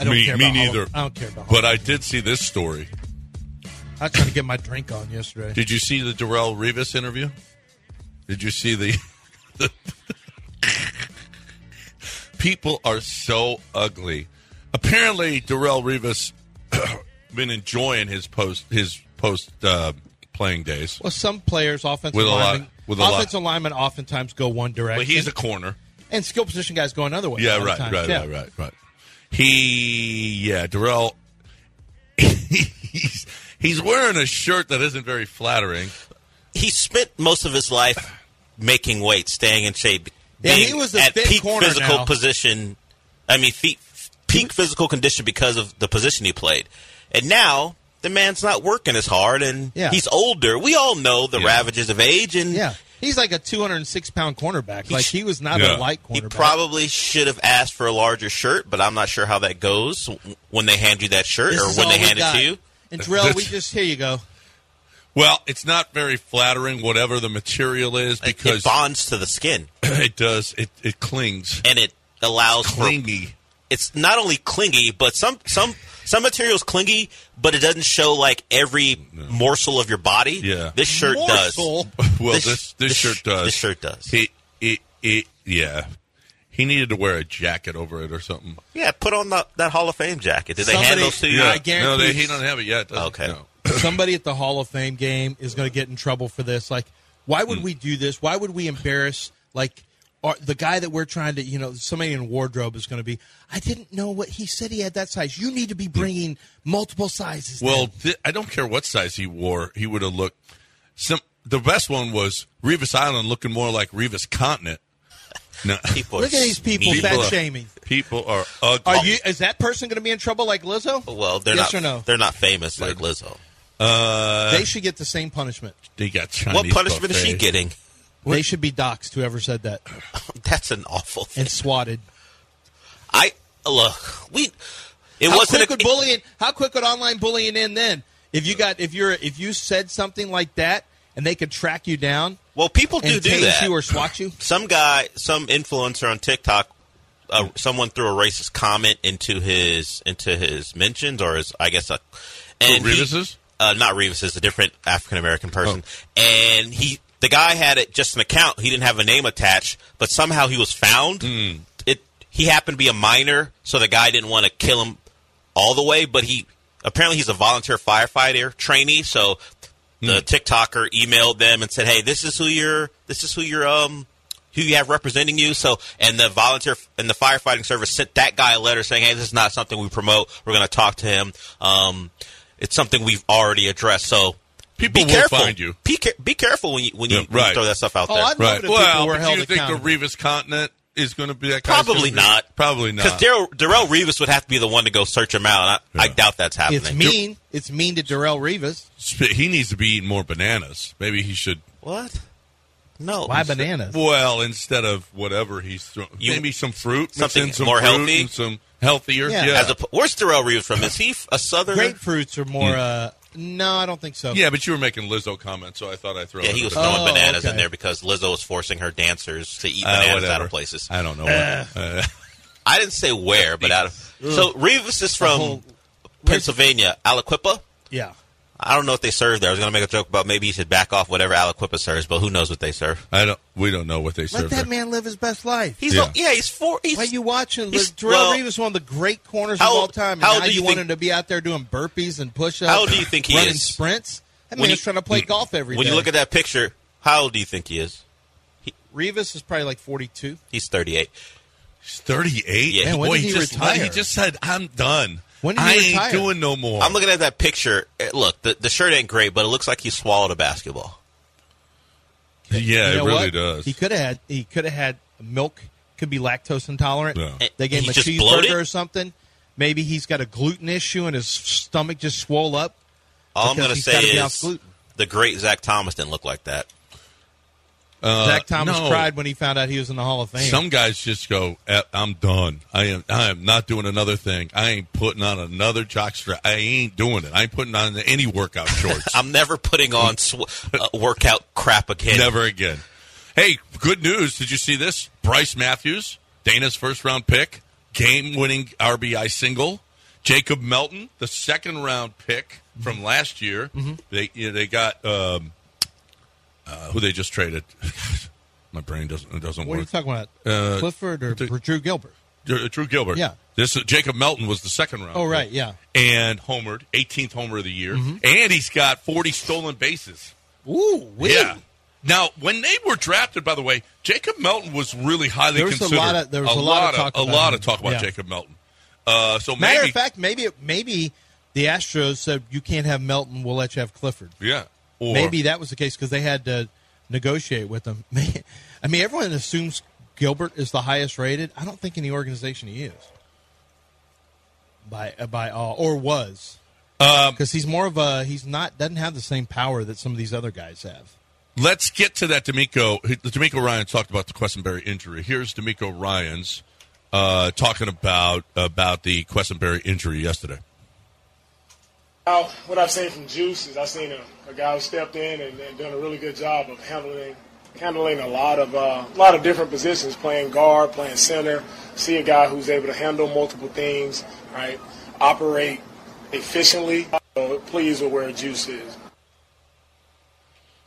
Speaker 8: I don't
Speaker 5: me
Speaker 8: care
Speaker 5: me
Speaker 8: about Hall of-
Speaker 5: neither.
Speaker 8: I don't care about
Speaker 5: But
Speaker 8: Hall
Speaker 5: I did see this story.
Speaker 8: of- I was trying to get my drink on yesterday.
Speaker 5: Did you see the Darrell Rivas interview? Did you see the, the- people are so ugly? Apparently, Darrell Rivas been enjoying his post his post uh, playing days.
Speaker 8: Well, some players, offensive
Speaker 5: With a lot-
Speaker 8: linemen,
Speaker 5: with a lot.
Speaker 8: offensive linemen, oftentimes go one direction.
Speaker 5: But he's a corner.
Speaker 8: and skill position guys go another way.
Speaker 5: Yeah,
Speaker 8: other
Speaker 5: right,
Speaker 8: times.
Speaker 5: right,
Speaker 8: Yeah.
Speaker 5: right, right, right. He, yeah, Darrell. he's he's wearing a shirt that isn't very flattering.
Speaker 7: He spent most of his life making weight, staying in shape,
Speaker 8: Yeah,
Speaker 7: being
Speaker 8: he was the
Speaker 7: at
Speaker 8: thin
Speaker 7: peak
Speaker 8: corner
Speaker 7: physical
Speaker 8: now.
Speaker 7: position. I mean, fe- peak physical condition because of the position he played, and now the man's not working as hard, and
Speaker 8: Yeah.
Speaker 7: he's older. We all know the
Speaker 5: Yeah.
Speaker 7: ravages of age, and
Speaker 8: Yeah, he's like a 206 pound cornerback. Like he was not
Speaker 5: Yeah.
Speaker 8: a light
Speaker 7: He
Speaker 8: cornerback.
Speaker 7: probably should have asked for a larger shirt, but I'm not sure how that goes when they hand you that shirt
Speaker 8: This
Speaker 7: or
Speaker 8: is
Speaker 7: when
Speaker 8: all
Speaker 7: they
Speaker 8: we
Speaker 7: hand it
Speaker 8: got.
Speaker 7: to you.
Speaker 8: And Drill, we
Speaker 5: That's-
Speaker 8: just here you go.
Speaker 5: Well, it's not very flattering, whatever the material is, because
Speaker 7: It bonds to the skin
Speaker 5: It does. It it clings.
Speaker 7: and it allows for
Speaker 5: Clingy.
Speaker 7: it's not only clingy, but some some some materials clingy, but it doesn't show like every morsel of your body.
Speaker 5: Yeah.
Speaker 7: this shirt
Speaker 8: Morsel?
Speaker 7: does.
Speaker 5: Well,
Speaker 7: This-
Speaker 5: this this,
Speaker 7: this
Speaker 5: shirt
Speaker 7: sh-
Speaker 5: does.
Speaker 7: this shirt does.
Speaker 5: He it it yeah. He needed to wear a jacket over it or something.
Speaker 7: Yeah, put on the, that Hall of Fame jacket. Did they
Speaker 8: Somebody-
Speaker 7: hand those to you?
Speaker 8: Yeah. I
Speaker 5: No,
Speaker 8: guarantee-
Speaker 5: they, he doesn't have it yet. does he?
Speaker 7: Okay.
Speaker 5: No.
Speaker 8: Somebody at the Hall of Fame game is going to get in trouble for this. Like, why
Speaker 7: Hmm.
Speaker 8: would we do this? Why would we embarrass like our, the guy that we're trying to? You know, somebody in wardrobe is going to be. I didn't know what he said. He had that size. You need to be bringing multiple sizes.
Speaker 5: Well, th- I don't care what size he wore. He would have looked. Some the best one was Revis Island, looking more like Revis Continent. No,
Speaker 7: People
Speaker 8: look
Speaker 7: are
Speaker 8: at these people
Speaker 7: sneaky.
Speaker 8: fat
Speaker 5: are-
Speaker 8: shaming.
Speaker 5: people are ugly.
Speaker 8: Are you? Is that person going to be in trouble like Lizzo?
Speaker 7: Well, they're
Speaker 8: yes
Speaker 7: not.
Speaker 8: or no.
Speaker 7: They're not famous like Lizzo. Uh,
Speaker 8: they should get the same punishment.
Speaker 5: They got Chinese
Speaker 7: what punishment is she
Speaker 5: buffet.
Speaker 7: getting?
Speaker 8: They should be doxxed. Whoever said that
Speaker 7: That's an awful thing.
Speaker 8: and swatted.
Speaker 7: I look. We. It
Speaker 8: How
Speaker 7: wasn't
Speaker 8: quick
Speaker 7: a
Speaker 8: would bullying? How quick would online bullying end? Then, if you got, if you're, if you said something like that, and they could track you down
Speaker 7: Well, people do
Speaker 8: and
Speaker 7: do
Speaker 8: tase
Speaker 7: that.
Speaker 8: you or swat you.
Speaker 7: some guy, some influencer on TikTok, uh, someone threw a racist comment into his into his mentions or his, I guess, a, and he-
Speaker 5: Revis's?
Speaker 7: uh, not Revis is a different African American person, and he the guy had it just an account. He didn't have a name attached, but somehow he was found. It he happened to be a minor, so the guy didn't want to kill him all the way, but he apparently he's a volunteer firefighter trainee, so. The
Speaker 5: Hmm.
Speaker 7: TikToker emailed them and said, "Hey, this is who you're. This is who you're. Um, who you have representing you. So, and the volunteer and the firefighting service sent that guy a letter saying, "Hey, this is not something we promote. We're going to talk to him. Um, it's something we've already addressed." So,
Speaker 5: People
Speaker 7: be
Speaker 5: will
Speaker 7: careful.
Speaker 5: find you.
Speaker 7: Be, ca- be careful when you when you,
Speaker 5: Yeah,
Speaker 7: when you
Speaker 5: right.
Speaker 7: throw that stuff out
Speaker 8: Oh,
Speaker 7: there.
Speaker 8: I'd love
Speaker 5: Right.
Speaker 8: it if people
Speaker 5: Well,
Speaker 8: were
Speaker 5: but
Speaker 8: held
Speaker 5: do you think the
Speaker 8: accountable.
Speaker 5: Revis Continent is going to be that? guy's
Speaker 7: Probably
Speaker 5: gonna be-
Speaker 7: not.
Speaker 5: Probably not.
Speaker 7: Because Darrell, Darrell Revis would have to be the one to go search him out. and I, I doubt that's happening.
Speaker 8: It's mean. It's mean to Darrell Rivas.
Speaker 5: Sp- He needs to be eating more bananas. Maybe he should.
Speaker 7: What? No.
Speaker 8: Why bananas?
Speaker 5: Well, instead of whatever he's throwing,
Speaker 7: You-
Speaker 5: maybe some fruit, mix
Speaker 7: Something
Speaker 5: in some
Speaker 7: more
Speaker 5: fruit
Speaker 7: healthy?
Speaker 5: and some healthier.
Speaker 8: Yeah.
Speaker 5: Yeah,
Speaker 7: As a, where's Darrell Reeves from? Is he a Southern?
Speaker 8: Grapefruits are more. uh No, I don't think so.
Speaker 5: yeah, but you were making Lizzo comments, so I thought I'd throw.
Speaker 7: Yeah,
Speaker 5: it
Speaker 7: he
Speaker 5: in
Speaker 7: was
Speaker 5: the-
Speaker 7: throwing
Speaker 8: Oh,
Speaker 7: bananas
Speaker 8: okay.
Speaker 7: in there because Lizzo was forcing her dancers to eat
Speaker 5: Uh,
Speaker 7: bananas
Speaker 5: whatever.
Speaker 7: out of places.
Speaker 5: I don't know. Uh,
Speaker 7: I didn't say where, but out of so Reeves is from
Speaker 8: whole-
Speaker 7: Pennsylvania, Aliquippa.
Speaker 8: yeah.
Speaker 7: I don't know what they serve there. I was going to make a joke about maybe you should back off whatever Aliquippa serves, but who knows what they serve?
Speaker 5: I don't. We don't know what they serve.
Speaker 8: Let that
Speaker 5: there.
Speaker 8: man live his best life.
Speaker 7: He's
Speaker 5: Yeah.
Speaker 7: yeah, yeah he's four. He's,
Speaker 8: Why are you watching?
Speaker 7: He's-
Speaker 8: Look, Darrell
Speaker 7: well,
Speaker 8: Reeves is one of the great corners
Speaker 7: how
Speaker 8: of all
Speaker 7: old-
Speaker 8: time. and
Speaker 7: how old
Speaker 8: now
Speaker 7: do you
Speaker 8: want
Speaker 7: think-
Speaker 8: him to be out there doing burpees and push-ups?
Speaker 7: How old do you think he
Speaker 8: running
Speaker 7: is?
Speaker 8: sprints? That
Speaker 7: When
Speaker 8: man's
Speaker 7: you-
Speaker 8: trying to play golf every day.
Speaker 7: when you look at that picture, how old do you think he is?
Speaker 8: Reeves is probably like 42.
Speaker 7: He's thirty-eight.
Speaker 5: He's 38.
Speaker 7: Yeah. Man,
Speaker 8: when
Speaker 5: Boy,
Speaker 8: did
Speaker 5: he,
Speaker 8: he
Speaker 5: just
Speaker 8: retire?
Speaker 5: he just said, "I'm done.
Speaker 8: When did he
Speaker 5: I ain't
Speaker 8: retire?
Speaker 5: doing no more."
Speaker 7: I'm looking at that picture. Eh, Look, the, the shirt ain't great, but it looks like he swallowed a basketball.
Speaker 5: yeah,
Speaker 8: You
Speaker 5: it
Speaker 8: know
Speaker 5: really
Speaker 8: what?
Speaker 5: does.
Speaker 8: He could have had. He could have had milk. Could be lactose intolerant.
Speaker 5: Yeah.
Speaker 7: Eh,
Speaker 8: They gave
Speaker 7: he
Speaker 8: him a
Speaker 7: just
Speaker 8: cheeseburger
Speaker 7: bloated?
Speaker 8: or something. Maybe he's got a gluten issue and his stomach just swole up.
Speaker 7: All I'm going
Speaker 8: Because
Speaker 7: to
Speaker 8: he's
Speaker 7: say
Speaker 8: gotta be off
Speaker 7: is
Speaker 8: gluten.
Speaker 7: the great Zach Thomas didn't look like that.
Speaker 8: Zach Thomas
Speaker 5: no.
Speaker 8: cried when he found out he was in the Hall of Fame.
Speaker 5: Some guys just go, "Eh, "I'm done. I am. I am not doing another thing. I ain't putting on another jock strap. I ain't doing it. I ain't putting on any workout shorts.
Speaker 7: I'm never putting on sw- uh, workout crap again.
Speaker 5: Never again. Hey, good news. Did you see this? Bryce Matthews, Dana's first round pick, game winning RBI single. Jacob Melton, the second round pick
Speaker 8: Mm-hmm.
Speaker 5: from last year. They you know, they got um, uh, who they just traded. My brain doesn't it doesn't
Speaker 8: What are you
Speaker 5: work.
Speaker 8: talking about?
Speaker 5: Uh,
Speaker 8: Clifford or
Speaker 5: the-
Speaker 8: Drew Gilbert?
Speaker 5: Drew- uh, Drew Gilbert.
Speaker 8: Yeah.
Speaker 5: This uh, Jacob Melton was the second round.
Speaker 8: Oh
Speaker 5: pick.
Speaker 8: right, Mm-hmm. yeah.
Speaker 5: And homered, 18th homer of the year, and he's got 40 stolen bases.
Speaker 8: Ooh, wee.
Speaker 5: Yeah. Now, when they were drafted, by the way, Jacob Melton was really highly
Speaker 8: There was a
Speaker 5: considered.
Speaker 8: lot of- there was a lot of talk
Speaker 5: a
Speaker 8: about
Speaker 5: lot
Speaker 8: him.
Speaker 5: of talk about
Speaker 8: Yeah.
Speaker 5: Jacob Melton. Uh, so
Speaker 8: Matter
Speaker 5: maybe,
Speaker 8: of fact, maybe it- maybe the Astros said you can't have Melton. We'll let you have Clifford.
Speaker 5: yeah, or
Speaker 8: maybe that was the case because they had to negotiate with him. I mean, everyone assumes Gilbert is the highest rated. I don't think in the organization he is by uh, by all or was
Speaker 5: Um,
Speaker 8: because he's more of a Uh, he's not doesn't have the same power that some of these other guys have.
Speaker 5: Let's get to that, D'Amico. D'Amico Ryan talked about the Questenberry injury. Here's D'Amico Ryan's uh, talking about about the Questenberry injury yesterday.
Speaker 9: Now, what I've seen from Juice is I've seen a, a guy who stepped in and, and done a really good job of handling handling a lot of uh, a lot of different positions, playing guard, playing center. See a guy who's able to handle multiple things, right? Operate efficiently. So pleased with where Juice is.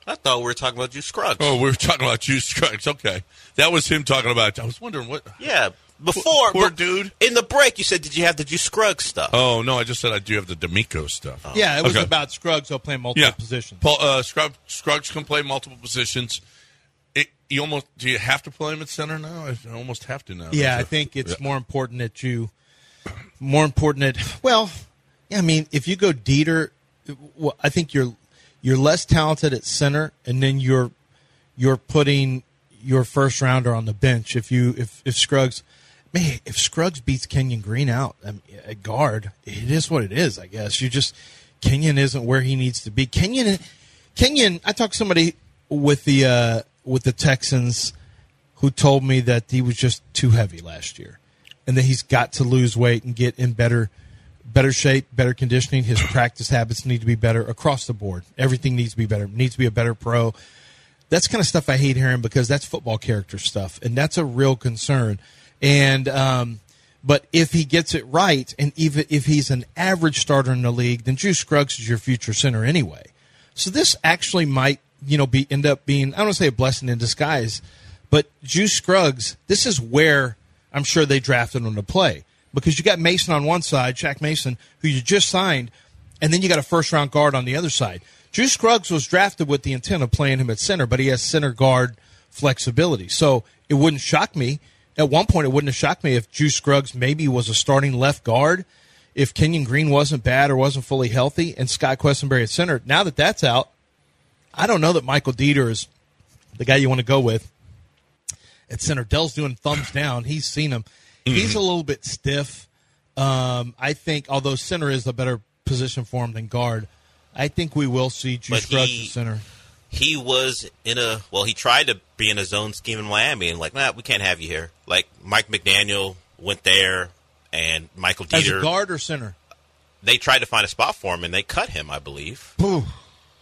Speaker 7: I thought we were talking about you, Scruggs.
Speaker 5: Oh, we were talking about juice trucks. Okay, that was him talking about. I was wondering what.
Speaker 7: Yeah, before
Speaker 5: Poor
Speaker 7: but
Speaker 5: dude.
Speaker 7: In the break, you said, "Did you have the Juice Scruggs stuff?"
Speaker 5: Oh no, I just said I do have the D'Amico stuff.
Speaker 8: Oh. Yeah, it was
Speaker 5: Okay.
Speaker 8: about Scruggs all playing multiple
Speaker 5: yeah.
Speaker 8: positions.
Speaker 5: Paul, uh, Scruggs, Scruggs can play multiple positions. It, you almost do you have to play him at center now? I almost have to now.
Speaker 8: Yeah, I think it's more important that you, more important that well, yeah. I mean, if you go Dieter, well, I think you're you're less talented at center, and then you're you're putting your first rounder on the bench. If you if if Scruggs, man, if Scruggs beats Kenyon Green out I mean, at guard, it is what it is. I guess you just Kenyon isn't where he needs to be. Kenyon, Kenyon. I talked to somebody with the uh, with the Texans who told me that he was just too heavy last year and that he's got to lose weight and get in better better shape, better conditioning. His practice habits need to be better across the board. Everything needs to be better. Needs to be a better pro. That's kind of stuff I hate hearing because that's football character stuff and that's a real concern. And um but if he gets it right and even if he's an average starter in the league, then Drew Scruggs is your future center anyway. So this actually might, you know, be end up being I don't want to say a blessing in disguise, but Juice Scruggs, this is where I'm sure they drafted him to play because you got Mason on one side, Shaq Mason, who you just signed, and then you got a first round guard on the other side. Juice Scruggs was drafted with the intent of playing him at center, but he has center guard flexibility. So it wouldn't shock me. At one point, it wouldn't have shocked me if Juice Scruggs maybe was a starting left guard if Kenyon Green wasn't bad or wasn't fully healthy and Scott Questenberry at center. Now that that's out, I don't know that Michael Dieter is the guy you want to go with at center. Dell's doing thumbs down. He's seen him. He's a little bit stiff. Um, I think, although center is a better position for him than guard, I think we will see Juice
Speaker 7: But
Speaker 8: Scruggs
Speaker 7: he-
Speaker 8: at center.
Speaker 7: he was in a well, he tried to be in a zone scheme in Miami, and like, nah, we can't have you here. Like Mike McDaniel went there, and Michael
Speaker 8: As
Speaker 7: Dieter.
Speaker 8: a guard or center?
Speaker 7: They tried to find a spot for him, and they cut him, I believe.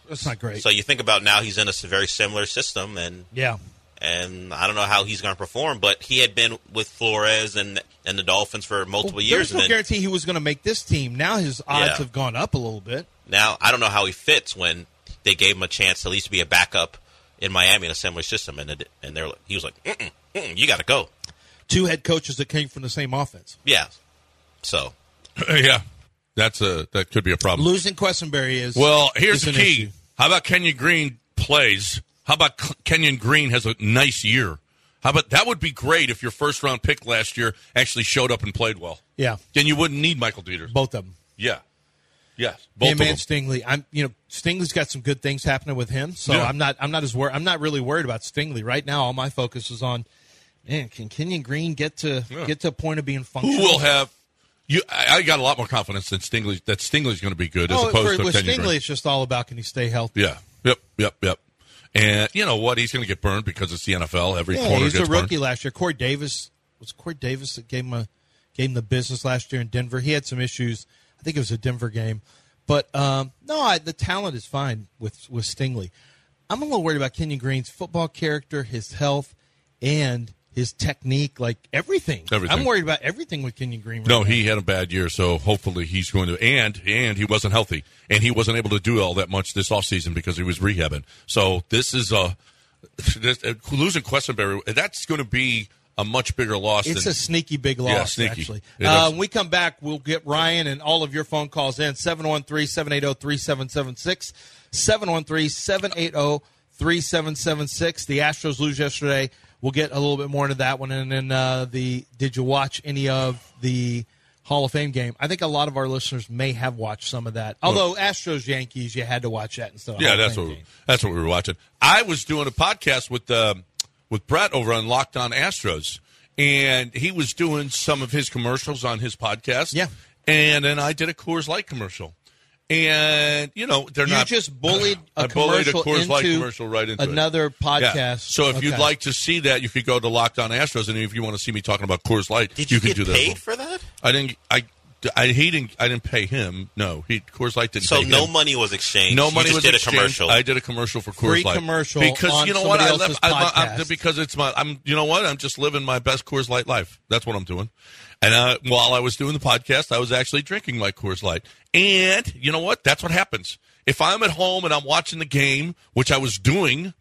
Speaker 8: That's not great.
Speaker 7: So you think about now he's in a s- very similar system, and
Speaker 8: yeah.
Speaker 7: and I don't know how he's going to perform, but he had been with Flores and and the Dolphins for multiple
Speaker 8: Well,
Speaker 7: years,
Speaker 8: There's no
Speaker 7: and then
Speaker 8: guarantee he was going to make this team. Now his odds
Speaker 7: Yeah.
Speaker 8: have gone up a little bit.
Speaker 7: now I don't know how he fits when they gave him a chance to at least be a backup in Miami in a similar system, and it, and they're like- he was like, mm-mm, mm-mm, you got to go,
Speaker 8: Two head coaches that came from the same offense.
Speaker 7: yeah. So
Speaker 5: yeah, that's a that could be a problem.
Speaker 8: Losing Questenberry is
Speaker 5: Well, here's
Speaker 8: is
Speaker 5: the
Speaker 8: an
Speaker 5: key.
Speaker 8: issue.
Speaker 5: How about Kenyon Green plays? How about K- Kenyon Green has a nice year? How about that would be great if your first round pick last year actually showed up and played well.
Speaker 8: Yeah,
Speaker 5: Then you wouldn't need Michael Dieter.
Speaker 8: both of them.
Speaker 5: yeah. Yes. Both
Speaker 8: Both
Speaker 5: of
Speaker 8: man
Speaker 5: them.
Speaker 8: Stingley. I'm you know Stingley's got some good things happening with him, so
Speaker 5: Yeah.
Speaker 8: I'm not I'm not as worried. I'm not really worried about Stingley right now. All my focus is on man. Can Kenyon Green get to get to a point of being functional?
Speaker 5: Who will have you I, I got a lot more confidence that Stingley that Stingley's gonna be good as
Speaker 8: Oh,
Speaker 5: opposed
Speaker 8: for-
Speaker 5: to
Speaker 8: with
Speaker 5: Kenyon
Speaker 8: Stingley,
Speaker 5: Green.
Speaker 8: it's just all about can he stay healthy.
Speaker 5: Yeah. Yep, yep, yep. And you know what? He's gonna get burned because it's the NFL. Every
Speaker 8: Yeah,
Speaker 5: corner
Speaker 8: he was a
Speaker 5: gets burned.
Speaker 8: rookie last year. Corey Davis was it Corey Davis that gave him a gave him the business last year in Denver. He had some issues. I think it was a Denver game, but um, no, I, the talent is fine with with Stingley. I'm a little worried about Kenyon Green's football character, his health, and his technique. Like everything,
Speaker 5: Everything.
Speaker 8: I'm worried about everything with Kenyon Green. Right
Speaker 5: No,
Speaker 8: now.
Speaker 5: he had a bad year, so hopefully he's going to. And and he wasn't healthy, and he wasn't able to do all that much this offseason because he was rehabbing. So this is a this, uh, losing Questenberry. That's going to be a much bigger loss.
Speaker 8: It's
Speaker 5: than,
Speaker 8: a sneaky big loss,
Speaker 5: sneaky.
Speaker 8: actually.
Speaker 5: It
Speaker 8: Uh,
Speaker 5: is.
Speaker 8: when we come back, we'll get Ryan and all of your phone calls in 713 780 3776. 713 780 3776. The Astros lose yesterday. We'll get a little bit more into that one. And then uh, the did you watch any of the Hall of Fame game? I think a lot of our listeners may have watched some of that. Although Astros Yankees, you had to watch that instead of
Speaker 5: yeah,
Speaker 8: Hall of
Speaker 5: that's
Speaker 8: Fame
Speaker 5: what
Speaker 8: game.
Speaker 5: that's what we were watching. I was doing a podcast with um with Brett over on Locked On Astros, and he was doing some of his commercials on his podcast.
Speaker 8: Yeah.
Speaker 5: and then I did a Coors Light commercial. And you know they're
Speaker 8: You
Speaker 5: not
Speaker 8: just bullied
Speaker 5: I
Speaker 8: a
Speaker 5: bullied a
Speaker 8: commercial
Speaker 5: Coors
Speaker 8: into
Speaker 5: Light commercial right into it.
Speaker 8: another podcast.
Speaker 5: Yeah. So if you'd
Speaker 8: Okay.
Speaker 5: like to see that, you could go to Locked On Astros, and if you want to see me talking about Coors Light,
Speaker 7: did you,
Speaker 5: can
Speaker 7: get
Speaker 5: do that.
Speaker 7: paid for that?
Speaker 5: I didn't. I, I. He didn't. I didn't pay him. No, he Coors Light didn't.
Speaker 7: So
Speaker 5: pay
Speaker 7: no
Speaker 5: him.
Speaker 7: money was exchanged.
Speaker 5: No
Speaker 7: You
Speaker 5: money
Speaker 7: just
Speaker 5: was
Speaker 7: did
Speaker 5: exchanged.
Speaker 7: a commercial.
Speaker 5: I did a commercial for Coors
Speaker 8: Free
Speaker 5: Light
Speaker 8: commercial
Speaker 5: because
Speaker 8: on
Speaker 5: you know what? I
Speaker 8: somebody
Speaker 5: left.
Speaker 8: else's
Speaker 5: I, I, I'm,
Speaker 8: podcast.
Speaker 5: because it's my. I'm. You know what? I'm just living my best Coors Light life. That's what I'm doing. And uh, while I was doing the podcast, I was actually drinking my Coors Light. And you know what? That's what happens. If I'm at home and I'm watching the game, which I was doing,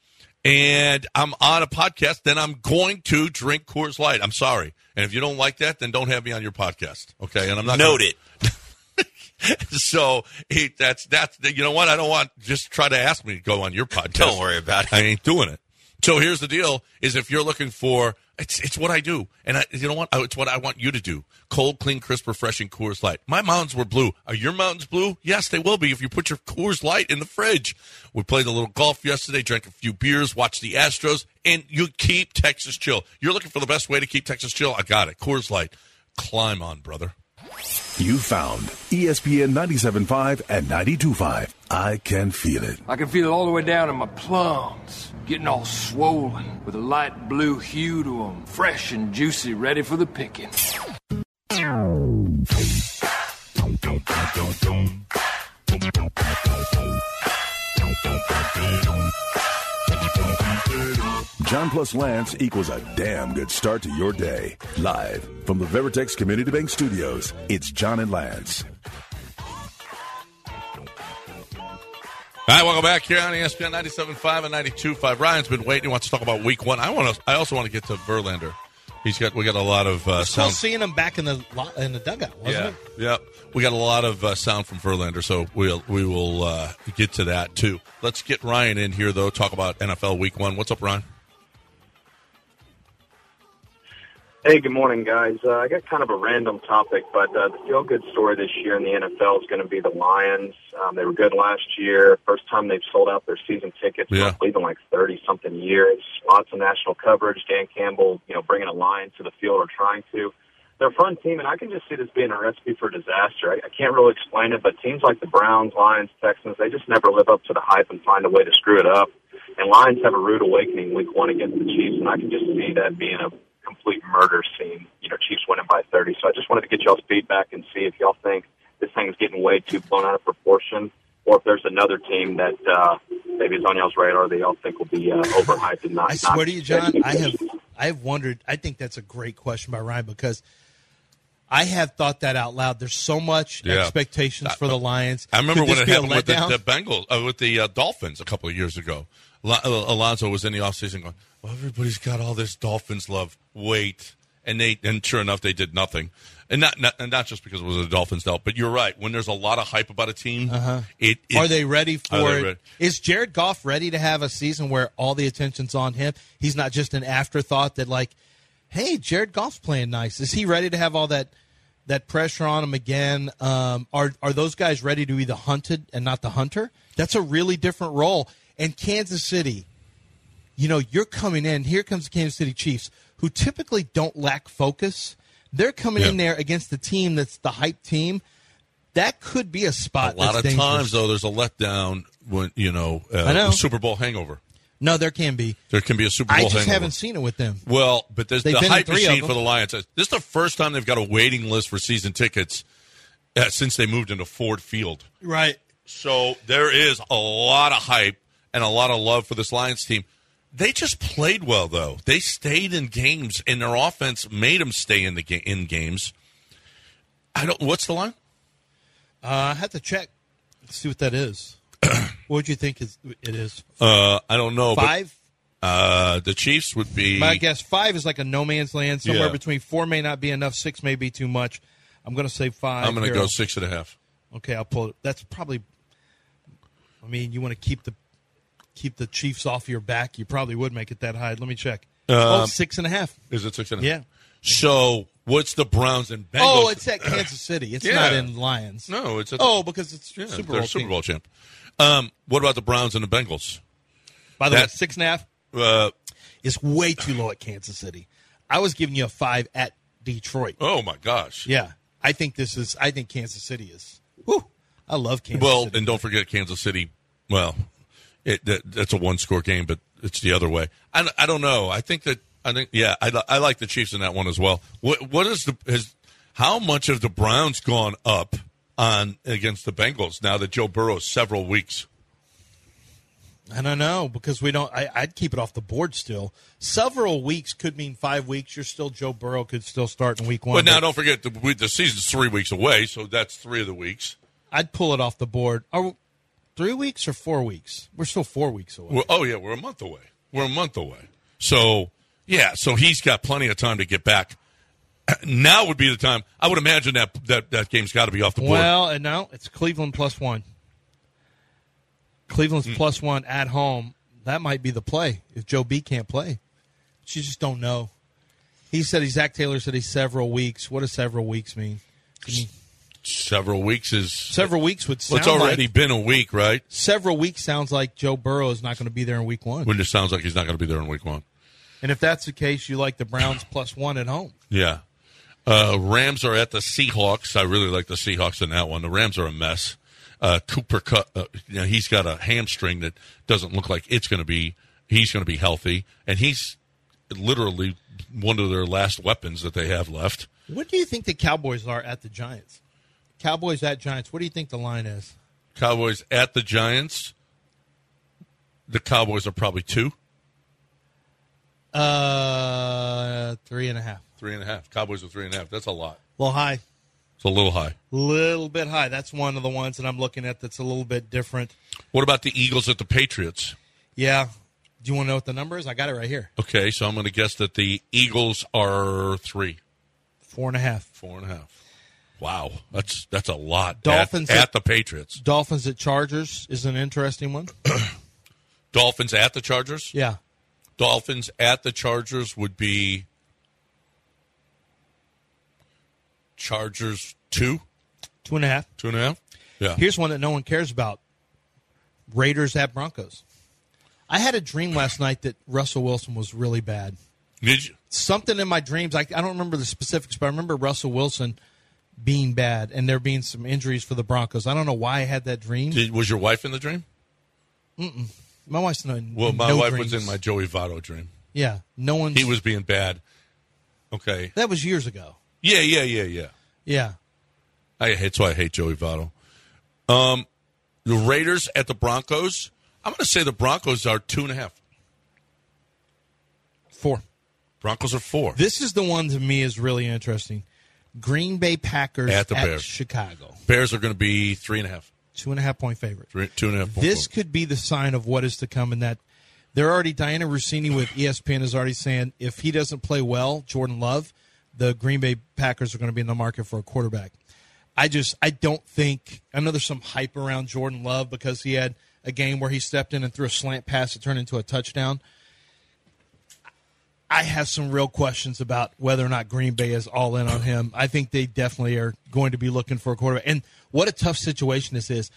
Speaker 5: and I'm on a podcast, then I'm going to drink Coors Light. I'm sorry. And if you don't like that, then don't have me on your podcast. Okay. And I'm not gonna-
Speaker 7: Noted.
Speaker 5: so he, that's that's you know what I don't want. Just try to ask me to go on your podcast.
Speaker 7: Don't worry about it.
Speaker 5: I ain't doing it. So here's the deal: is if you're looking for it's it's what I do, and I, you know what? It's what I want you to do: cold, clean, crisp, refreshing Coors Light. My mountains were blue. Are your mountains blue? Yes, they will be if you put your Coors Light in the fridge. We played a little golf yesterday, drank a few beers, watched the Astros, and you keep Texas chill. You're looking for the best way to keep Texas chill. I got it. Coors Light. Climb on, brother.
Speaker 2: You found E ESPN 97.5 and 92.5. I can feel it.
Speaker 10: I can feel it all the way down in my plums, getting all swollen with a light blue hue to them, fresh and juicy, ready for the picking.
Speaker 2: John plus Lance equals a damn good start to your day. Live from the Veritex Community Bank Studios, it's John and Lance.
Speaker 5: All right, welcome back here on E ESPN 97.5 and 92.5. Ryan's been waiting. He wants to talk about Week One. I want to. I also want to get to Verlander. He's got. We got a lot of uh,
Speaker 8: Well,
Speaker 5: sound.
Speaker 8: seeing him back in the lo- in the dugout, wasn't
Speaker 5: Yeah,
Speaker 8: it?
Speaker 5: yeah. We got a lot of uh, sound from Verlander, so we'll we will uh, get to that too. Let's get Ryan in here though. Talk about NFL Week One. What's up, Ryan?
Speaker 11: Hey, good morning, guys. Uh, I got kind of a random topic, but uh, the feel good story this year in the NFL is going to be the Lions. Um, they were good last year. First time they've sold out their season tickets,
Speaker 5: Yeah.
Speaker 11: I believe, in like 30 something years. Lots of national coverage. Dan Campbell, you know, bringing a Lion to the field or trying to. they're a fun team, and I can just see this being a recipe for disaster. I, I can't really explain it, but teams like the Browns, Lions, Texans, they just never live up to the hype and find a way to screw it up. And Lions have a rude awakening week one against the Chiefs, and I can just see that being a complete murder scene. You know, Chiefs winning by 30. So I just wanted to get y'all's feedback and see if y'all think this thing's getting way too blown out of proportion, or if there's another team that uh, maybe is on y'all's radar that y'all think will be uh, overhyped and not.
Speaker 8: I
Speaker 11: not
Speaker 8: swear to you, John, I have I have wondered. I think that's a great question by Ryan because I have thought that out loud. There's so much
Speaker 5: Yeah.
Speaker 8: expectations for the Lions.
Speaker 5: I remember
Speaker 8: Could
Speaker 5: when
Speaker 8: this
Speaker 5: it
Speaker 8: be a
Speaker 5: happened with the,
Speaker 8: letdown?
Speaker 5: the Bengals, uh, with the uh, Dolphins a couple of years ago. Al- Al- Alonso was in the offseason going, well, everybody's got all this Dolphins love. Wait. And they, and sure enough, they did nothing. And not, not, and not just because it was the Dolphins dealt, but you're right. When there's a lot of hype about a team,
Speaker 8: Uh-huh.
Speaker 5: it, it-
Speaker 8: are they ready for
Speaker 5: Are they
Speaker 8: it?
Speaker 5: ready?
Speaker 8: Is Jared Goff ready to have a season where all the attention's on him? He's not just an afterthought that like, hey, Jared Goff's playing nice. Is he ready to have all that that pressure on him again? Um, are are those guys ready to be the hunted and not the hunter? That's a really different role. And Kansas City, you know, you're coming in. Here comes the Kansas City Chiefs, who typically don't lack focus. They're coming in there against the team that's the hype team. That could be a spot.
Speaker 5: A lot
Speaker 8: that's
Speaker 5: of
Speaker 8: dangerous.
Speaker 5: times, though, there's a letdown when, you know, uh,
Speaker 8: I know.
Speaker 5: Super Bowl hangover.
Speaker 8: No, there can be.
Speaker 5: There can be a Super Bowl
Speaker 8: I just
Speaker 5: hangover.
Speaker 8: haven't seen it with them.
Speaker 5: Well, but there's
Speaker 8: They've
Speaker 5: the
Speaker 8: been in
Speaker 5: hype
Speaker 8: three of
Speaker 5: machine
Speaker 8: them.
Speaker 5: for the Lions. This is the first time they've got a waiting list for season tickets uh, since they moved into Ford Field.
Speaker 8: Right.
Speaker 5: So there is a lot of hype and a lot of love for this Lions team. They just played well, though. They stayed in games, and their offense made them stay in the ga- in games. I don't. What's the line?
Speaker 8: Uh, I have to check. Let's see what that is. what would you think is, it is?
Speaker 5: Uh, I don't know. but,
Speaker 8: Five?
Speaker 5: uh, the Chiefs would be.
Speaker 8: My guess five is like a no man's land. Somewhere
Speaker 5: Yeah.
Speaker 8: between four may not be enough, six may be too much. I'm going to say five.
Speaker 5: I'm going to
Speaker 8: here.
Speaker 5: go six and a half.
Speaker 8: Okay, I'll pull it. That's probably. I mean, you want to keep the keep the Chiefs off your back. You probably would make it that high. Let me check. oh,
Speaker 5: Um,
Speaker 8: six and a half.
Speaker 5: Is it six and a half?
Speaker 8: Yeah.
Speaker 5: So what's the Browns and Bengals?
Speaker 8: Oh, it's at Kansas City. It's
Speaker 5: Yeah.
Speaker 8: not in Lions.
Speaker 5: No, it's at the-
Speaker 8: oh because it's
Speaker 5: Yeah,
Speaker 8: Super
Speaker 5: they're
Speaker 8: Bowl.
Speaker 5: Super
Speaker 8: team.
Speaker 5: Bowl champ. Um, what about the Browns and the Bengals?
Speaker 8: By the way,
Speaker 5: That-
Speaker 8: six and a half
Speaker 5: Uh,
Speaker 8: is way too low at Kansas City. I was giving you a five at Detroit.
Speaker 5: oh my gosh!
Speaker 8: Yeah, I think this is. I think Kansas City is. Whew, I love Kansas.
Speaker 5: well,
Speaker 8: City.
Speaker 5: and don't forget Kansas City. Well, it, that, that's a one-score game, but it's the other way. I, I don't know. I think that I think yeah, I, li- I like the Chiefs in that one as well. What what is the has how much have the Browns gone up on against the Bengals now that Joe Burrow's several weeks?
Speaker 8: I don't know because we don't. I, I'd keep it off the board still. Several weeks could mean five weeks. You're still Joe Burrow could still start in week one.
Speaker 5: But now don't forget the, we, the season's three weeks away, so that's three of the weeks.
Speaker 8: I'd pull it off the board. Are we- three weeks or four weeks? We're still four weeks away.
Speaker 5: We're, oh yeah, we're a month away. We're a month away. So yeah, so he's got plenty of time to get back. Now would be the time. I would imagine that that, that game's got to be off the board.
Speaker 8: Well, and no, it's Cleveland plus one. Cleveland's
Speaker 5: Hmm.
Speaker 8: plus one at home. That might be the play if Joe B can't play. But you just don't know. He said, he's Zach Taylor said he's several weeks. What does several weeks mean? I mean,
Speaker 5: several weeks is
Speaker 8: several weeks would
Speaker 5: well,
Speaker 8: sound
Speaker 5: it's already
Speaker 8: like,
Speaker 5: been a week, right?
Speaker 8: several weeks sounds like Joe Burrow is not going to be there in week one.
Speaker 5: When it sounds like he's not going to be there in week one.
Speaker 8: And if that's the case, you like the Browns plus one at home.
Speaker 5: Yeah. Uh, Rams are at the Seahawks. I really like the Seahawks in that one. The Rams are a mess. Uh, Cooper Cup, uh, you know, he's got a hamstring that doesn't look like it's going to be. He's going to be healthy, and he's literally one of their last weapons that they have left.
Speaker 8: What do you think the Cowboys are at the Giants? Cowboys at Giants. What do you think the line is?
Speaker 5: Cowboys at the Giants. The Cowboys are probably two,
Speaker 8: Uh, three and a half.
Speaker 5: three and a half. Cowboys are three and a half. That's a lot.
Speaker 8: Well, high.
Speaker 5: It's a little high.
Speaker 8: little bit high. That's one of the ones that I'm looking at that's a little bit different.
Speaker 5: What about the Eagles at the Patriots?
Speaker 8: Yeah. Do you want to know what the number is? I got it right here.
Speaker 5: Okay, so I'm going to guess that the Eagles are three.
Speaker 8: Four and a half.
Speaker 5: Four and a half. Wow, that's that's a lot. At-
Speaker 8: Dolphins
Speaker 5: at,
Speaker 8: at-
Speaker 5: the Patriots.
Speaker 8: Dolphins at Chargers is an interesting one.
Speaker 5: Dolphins at the Chargers.
Speaker 8: Yeah.
Speaker 5: Dolphins at the Chargers would be Chargers two,
Speaker 8: Two and a half.
Speaker 5: two and a half. Yeah.
Speaker 8: Here's one that no one cares about Raiders at Broncos. I had a dream last night that Russell Wilson was really bad.
Speaker 5: Did you?
Speaker 8: Something in my dreams. I, I don't remember the specifics, but I remember Russell Wilson being bad and there being some injuries for the Broncos. I don't know why I had that dream.
Speaker 5: Did, was your wife in the dream?
Speaker 8: Mm-mm. My wife's not. in-
Speaker 5: Well, my
Speaker 8: no
Speaker 5: wife
Speaker 8: dreams.
Speaker 5: was in my Joey Votto dream.
Speaker 8: Yeah, no one.
Speaker 5: He was being bad. Okay.
Speaker 8: That was years ago.
Speaker 5: Yeah, yeah, yeah, yeah.
Speaker 8: Yeah.
Speaker 5: I hate, that's why I hate Joey Votto. Um, the Raiders at the Broncos. I'm going to say the Broncos are two and a half.
Speaker 8: Four.
Speaker 5: Broncos are four.
Speaker 8: This is the one to me is really interesting. Green Bay Packers
Speaker 5: At the Bears.
Speaker 8: Chicago,
Speaker 5: Bears are going to be three and a half.
Speaker 8: two and a half point favorite.
Speaker 5: Three, two and a half.
Speaker 8: This could be the sign of what is to come. In that they're already Diana Rossini with E ESPN is already saying if he doesn't play well, Jordan Love, the Green Bay Packers are going to be in the market for a quarterback. I just I don't think I know there's some hype around Jordan Love because he had a game where he stepped in and threw a slant pass that turned into a touchdown. I have some real questions about whether or not Green Bay is all in on him. I think they definitely are going to be looking for a quarterback. And what a tough situation this is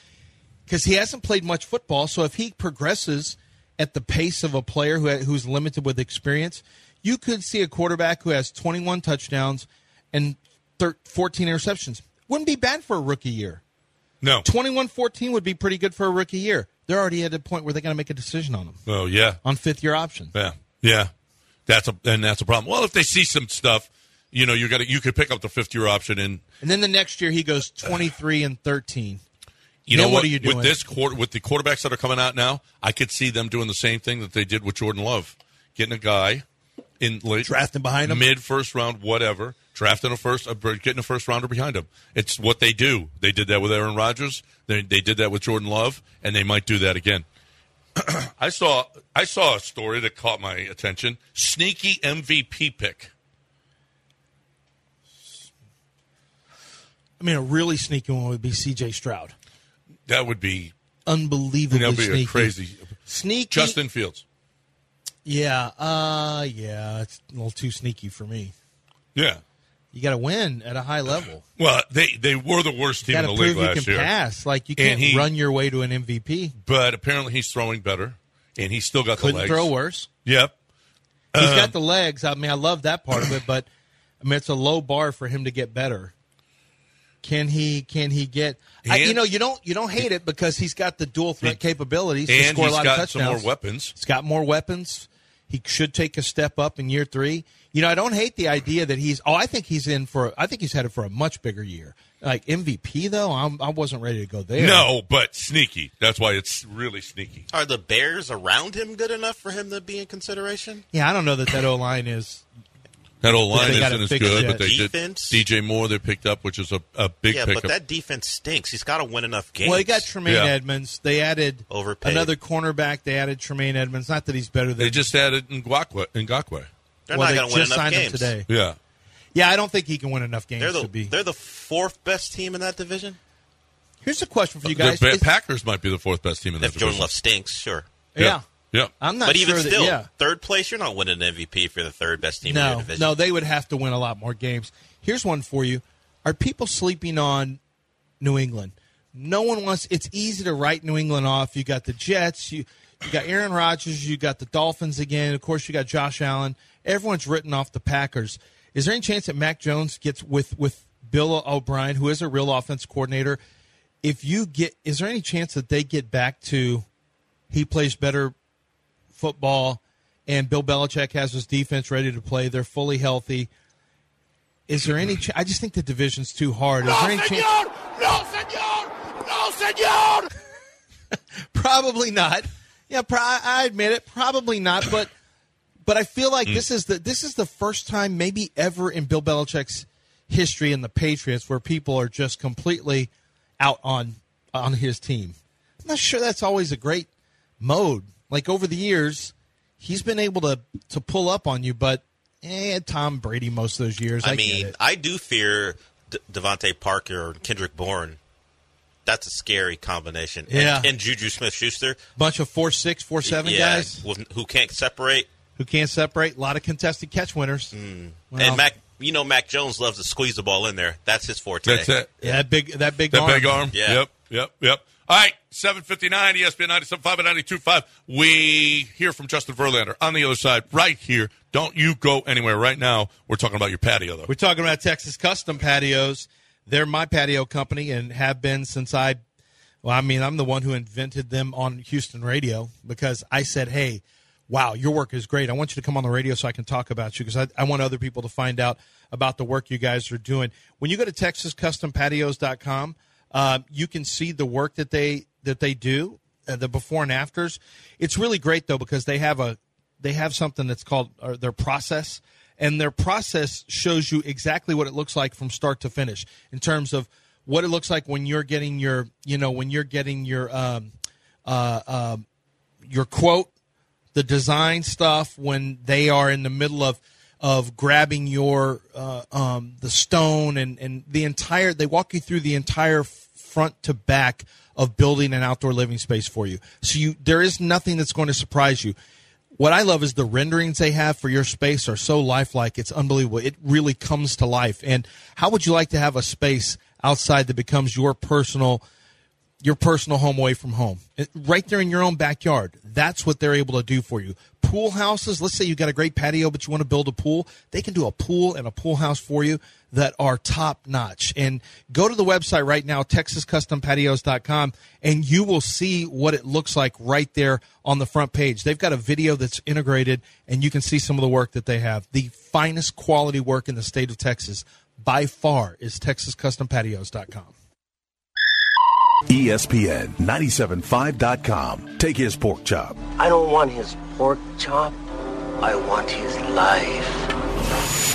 Speaker 8: because he hasn't played much football. So if he progresses at the pace of a player who, who's limited with experience, you could see a quarterback who has 21 touchdowns and thir- 14 interceptions. Wouldn't be bad for a rookie year.
Speaker 5: No.
Speaker 8: 21 14 would be pretty good for a rookie year. They're already at a point where they're going to make a decision on him
Speaker 5: Oh yeah,
Speaker 8: on fifth year option.
Speaker 5: yeah, yeah. That's a and that's a problem. Well, if they see some stuff, you know, you got to you could pick up the fifth year option and
Speaker 8: And then the next year he goes 23 and 13.
Speaker 5: You
Speaker 8: Then
Speaker 5: know
Speaker 8: what are you doing?
Speaker 5: With this quarter, with the quarterbacks that are coming out now, I could see them doing the same thing that they did with Jordan Love, getting a guy in late
Speaker 8: Drafting behind him?
Speaker 5: mid first round, whatever, drafting a first, uh, getting a first rounder behind him. It's what they do. They did that with Aaron Rodgers. They they did that with Jordan Love, and they might do that again. I saw I saw a story that caught my attention. Sneaky MVP pick.
Speaker 8: I mean, a really sneaky one would be CJ Stroud.
Speaker 5: That would be
Speaker 8: Unbelievably
Speaker 5: that would be
Speaker 8: sneaky.
Speaker 5: a crazy
Speaker 8: Sneaky.
Speaker 5: Justin Fields.
Speaker 8: Yeah, uh, yeah, it's a little too sneaky for me.
Speaker 5: Yeah.
Speaker 8: You got to win at a high level.
Speaker 5: Well, they they were the worst
Speaker 8: You
Speaker 5: team
Speaker 8: got
Speaker 5: in
Speaker 8: to
Speaker 5: the
Speaker 8: prove
Speaker 5: league
Speaker 8: you
Speaker 5: last
Speaker 8: can
Speaker 5: year.
Speaker 8: pass. Like you
Speaker 5: And
Speaker 8: can't
Speaker 5: he-
Speaker 8: run your way to an MVP.
Speaker 5: but apparently he's throwing better, and he's still got the
Speaker 8: Couldn't
Speaker 5: legs. Uh-huh.
Speaker 8: throw worse.
Speaker 5: Yep.
Speaker 8: He's got the legs. I mean, I love that part of it, but I mean, it's a low bar for him to get better. Can he? Can he get? I,
Speaker 5: And-
Speaker 8: you know, you don't you don't hate it because he's got the dual threat capabilities to
Speaker 5: And
Speaker 8: score a
Speaker 5: he's
Speaker 8: lot of
Speaker 5: got some
Speaker 8: touchdowns.
Speaker 5: more weapons.
Speaker 8: He's got more weapons. He should take a step up in year three. You know, I don't hate the idea that he's. Oh, I think he's in for. I think he's headed for a much bigger year. Like MVP though, I'm, I wasn't ready to go there.
Speaker 5: No, but sneaky. That's why it's really sneaky.
Speaker 7: Are the Bears around him good enough for him to be in consideration?
Speaker 8: Yeah, I don't know that that O line is.
Speaker 5: That old
Speaker 8: But
Speaker 5: line
Speaker 8: they gotta
Speaker 5: isn't as
Speaker 8: fix
Speaker 5: good,
Speaker 8: that.
Speaker 5: but they
Speaker 7: Defense?
Speaker 5: did DJ Moore they picked up, which is a, a big
Speaker 7: yeah,
Speaker 5: pickup.
Speaker 7: but that defense stinks. He's got to win enough games.
Speaker 8: Well, they got Tremaine
Speaker 5: Yeah.
Speaker 8: Edmonds. They added
Speaker 7: Overpaid.
Speaker 8: another cornerback. They added Tremaine Edmonds. Not that he's better than.
Speaker 5: they just added Ngakwe. Ngakwe.
Speaker 7: They're
Speaker 8: well,
Speaker 7: not going
Speaker 8: they
Speaker 7: to
Speaker 8: just
Speaker 7: win enough
Speaker 8: signed him
Speaker 7: games.
Speaker 8: today.
Speaker 5: Yeah.
Speaker 8: Yeah, I don't think he can win enough games
Speaker 7: They're the
Speaker 8: to be.
Speaker 7: they're the fourth best team in that division.
Speaker 8: Here's a question for you
Speaker 5: The
Speaker 8: guys.
Speaker 5: Ba-
Speaker 8: Is-
Speaker 5: Packers might be the fourth best team in that
Speaker 7: If Jordan
Speaker 5: division.
Speaker 7: Love stinks, sure.
Speaker 8: yeah.
Speaker 5: Yeah.
Speaker 8: I'm not
Speaker 7: but
Speaker 8: sure
Speaker 7: even
Speaker 8: that-
Speaker 7: still,
Speaker 8: yeah.
Speaker 7: third place, you're not winning an MVP if you're the third best team in
Speaker 8: No,
Speaker 7: your division.
Speaker 8: no, they would have to win a lot more games. Here's one for you: Are people sleeping on New England? No one wants. It's easy to write New England off. You got the Jets. You you got Aaron Rodgers. You got the Dolphins again. Of course, you got Josh Allen. Everyone's written off the Packers. Is there any chance that Mac Jones gets with with Bill O'Brien, who is a real offense coordinator? If you get, is there any chance that they get back to he plays better football, and Bill Belichick has his defense ready to play. They're fully healthy. Is there any? Ch- I just think the division's too hard. Is there any chance?
Speaker 4: No, senor! No, senor!
Speaker 8: Probably not. Yeah, pro- I admit it. Probably not. But but I feel like
Speaker 7: Mm.
Speaker 8: this is the this is the first time maybe ever in Bill Belichick's history in the Patriots where people are just completely out on on his team. I'm not sure that's always a great mode. Like over the years, he's been able to to pull up on you, but eh, Tom Brady most of those years. I,
Speaker 7: I
Speaker 8: get
Speaker 7: mean,
Speaker 8: it.
Speaker 7: I do fear D- Devontae Parker or Kendrick Bourne. That's a scary combination. And-
Speaker 8: Yeah.
Speaker 7: And, Juju Smith Schuster.
Speaker 8: bunch of four six, four seven guys
Speaker 7: Who can't separate.
Speaker 8: who can't separate. A lot of contested catch winners. Well,
Speaker 7: Mm. and Mac, you know, Mac Jones loves to squeeze the ball in there. That's his forte.
Speaker 5: That's it.
Speaker 8: yeah, that big that big
Speaker 5: That
Speaker 8: arm.
Speaker 5: big arm.
Speaker 7: Yeah.
Speaker 5: Yep. Yep. Yep. All right. E 759 ESPN 97.5 and 92.5. We hear from Justin Verlander on the other side right here. Don't you go anywhere right now. We're talking about your patio, though.
Speaker 8: We're talking about Texas Custom Patios. They're my patio company and have been since I, well, I mean, I'm the one who invented them on Houston radio because I said, hey, wow, your work is great. I want you to come on the radio so I can talk about you because I, I want other people to find out about the work you guys are doing. When you go to TexasCustomPatios.com, um, you can see the work that they that they do, uh, the before and afters. It's really great though because they have a they have something that's called uh, their process and their process shows you exactly what it looks like from start to finish in terms of what it looks like when you're getting your you know when you're getting your um, uh, um, your quote the design stuff when they are in the middle of of grabbing your uh, um, the stone and and the entire they walk you through the entire front to back of building an outdoor living space for you so you there is nothing that's going to surprise you what I love is the renderings they have for your space are so lifelike. It's unbelievable. It really comes to life. And how would you like to have a space outside that becomes your personal, your personal home away from home, It- right there in your own backyard? That's what they're able to do for you. Pool houses. Let's say you've got a great patio, but you want to build a pool. They can do a pool and a pool house for you that are top notch. And go to the website right now, texascustompatios.com, and you will see what it looks like right there on the front page. They've got a video that's integrated, and you can see some of the work that they have. The finest quality work in the state of Texas by far is texascustompatios.com.
Speaker 2: E ESPN 975.com. Take his pork chop.
Speaker 12: I don't want his pork chop. I want his life.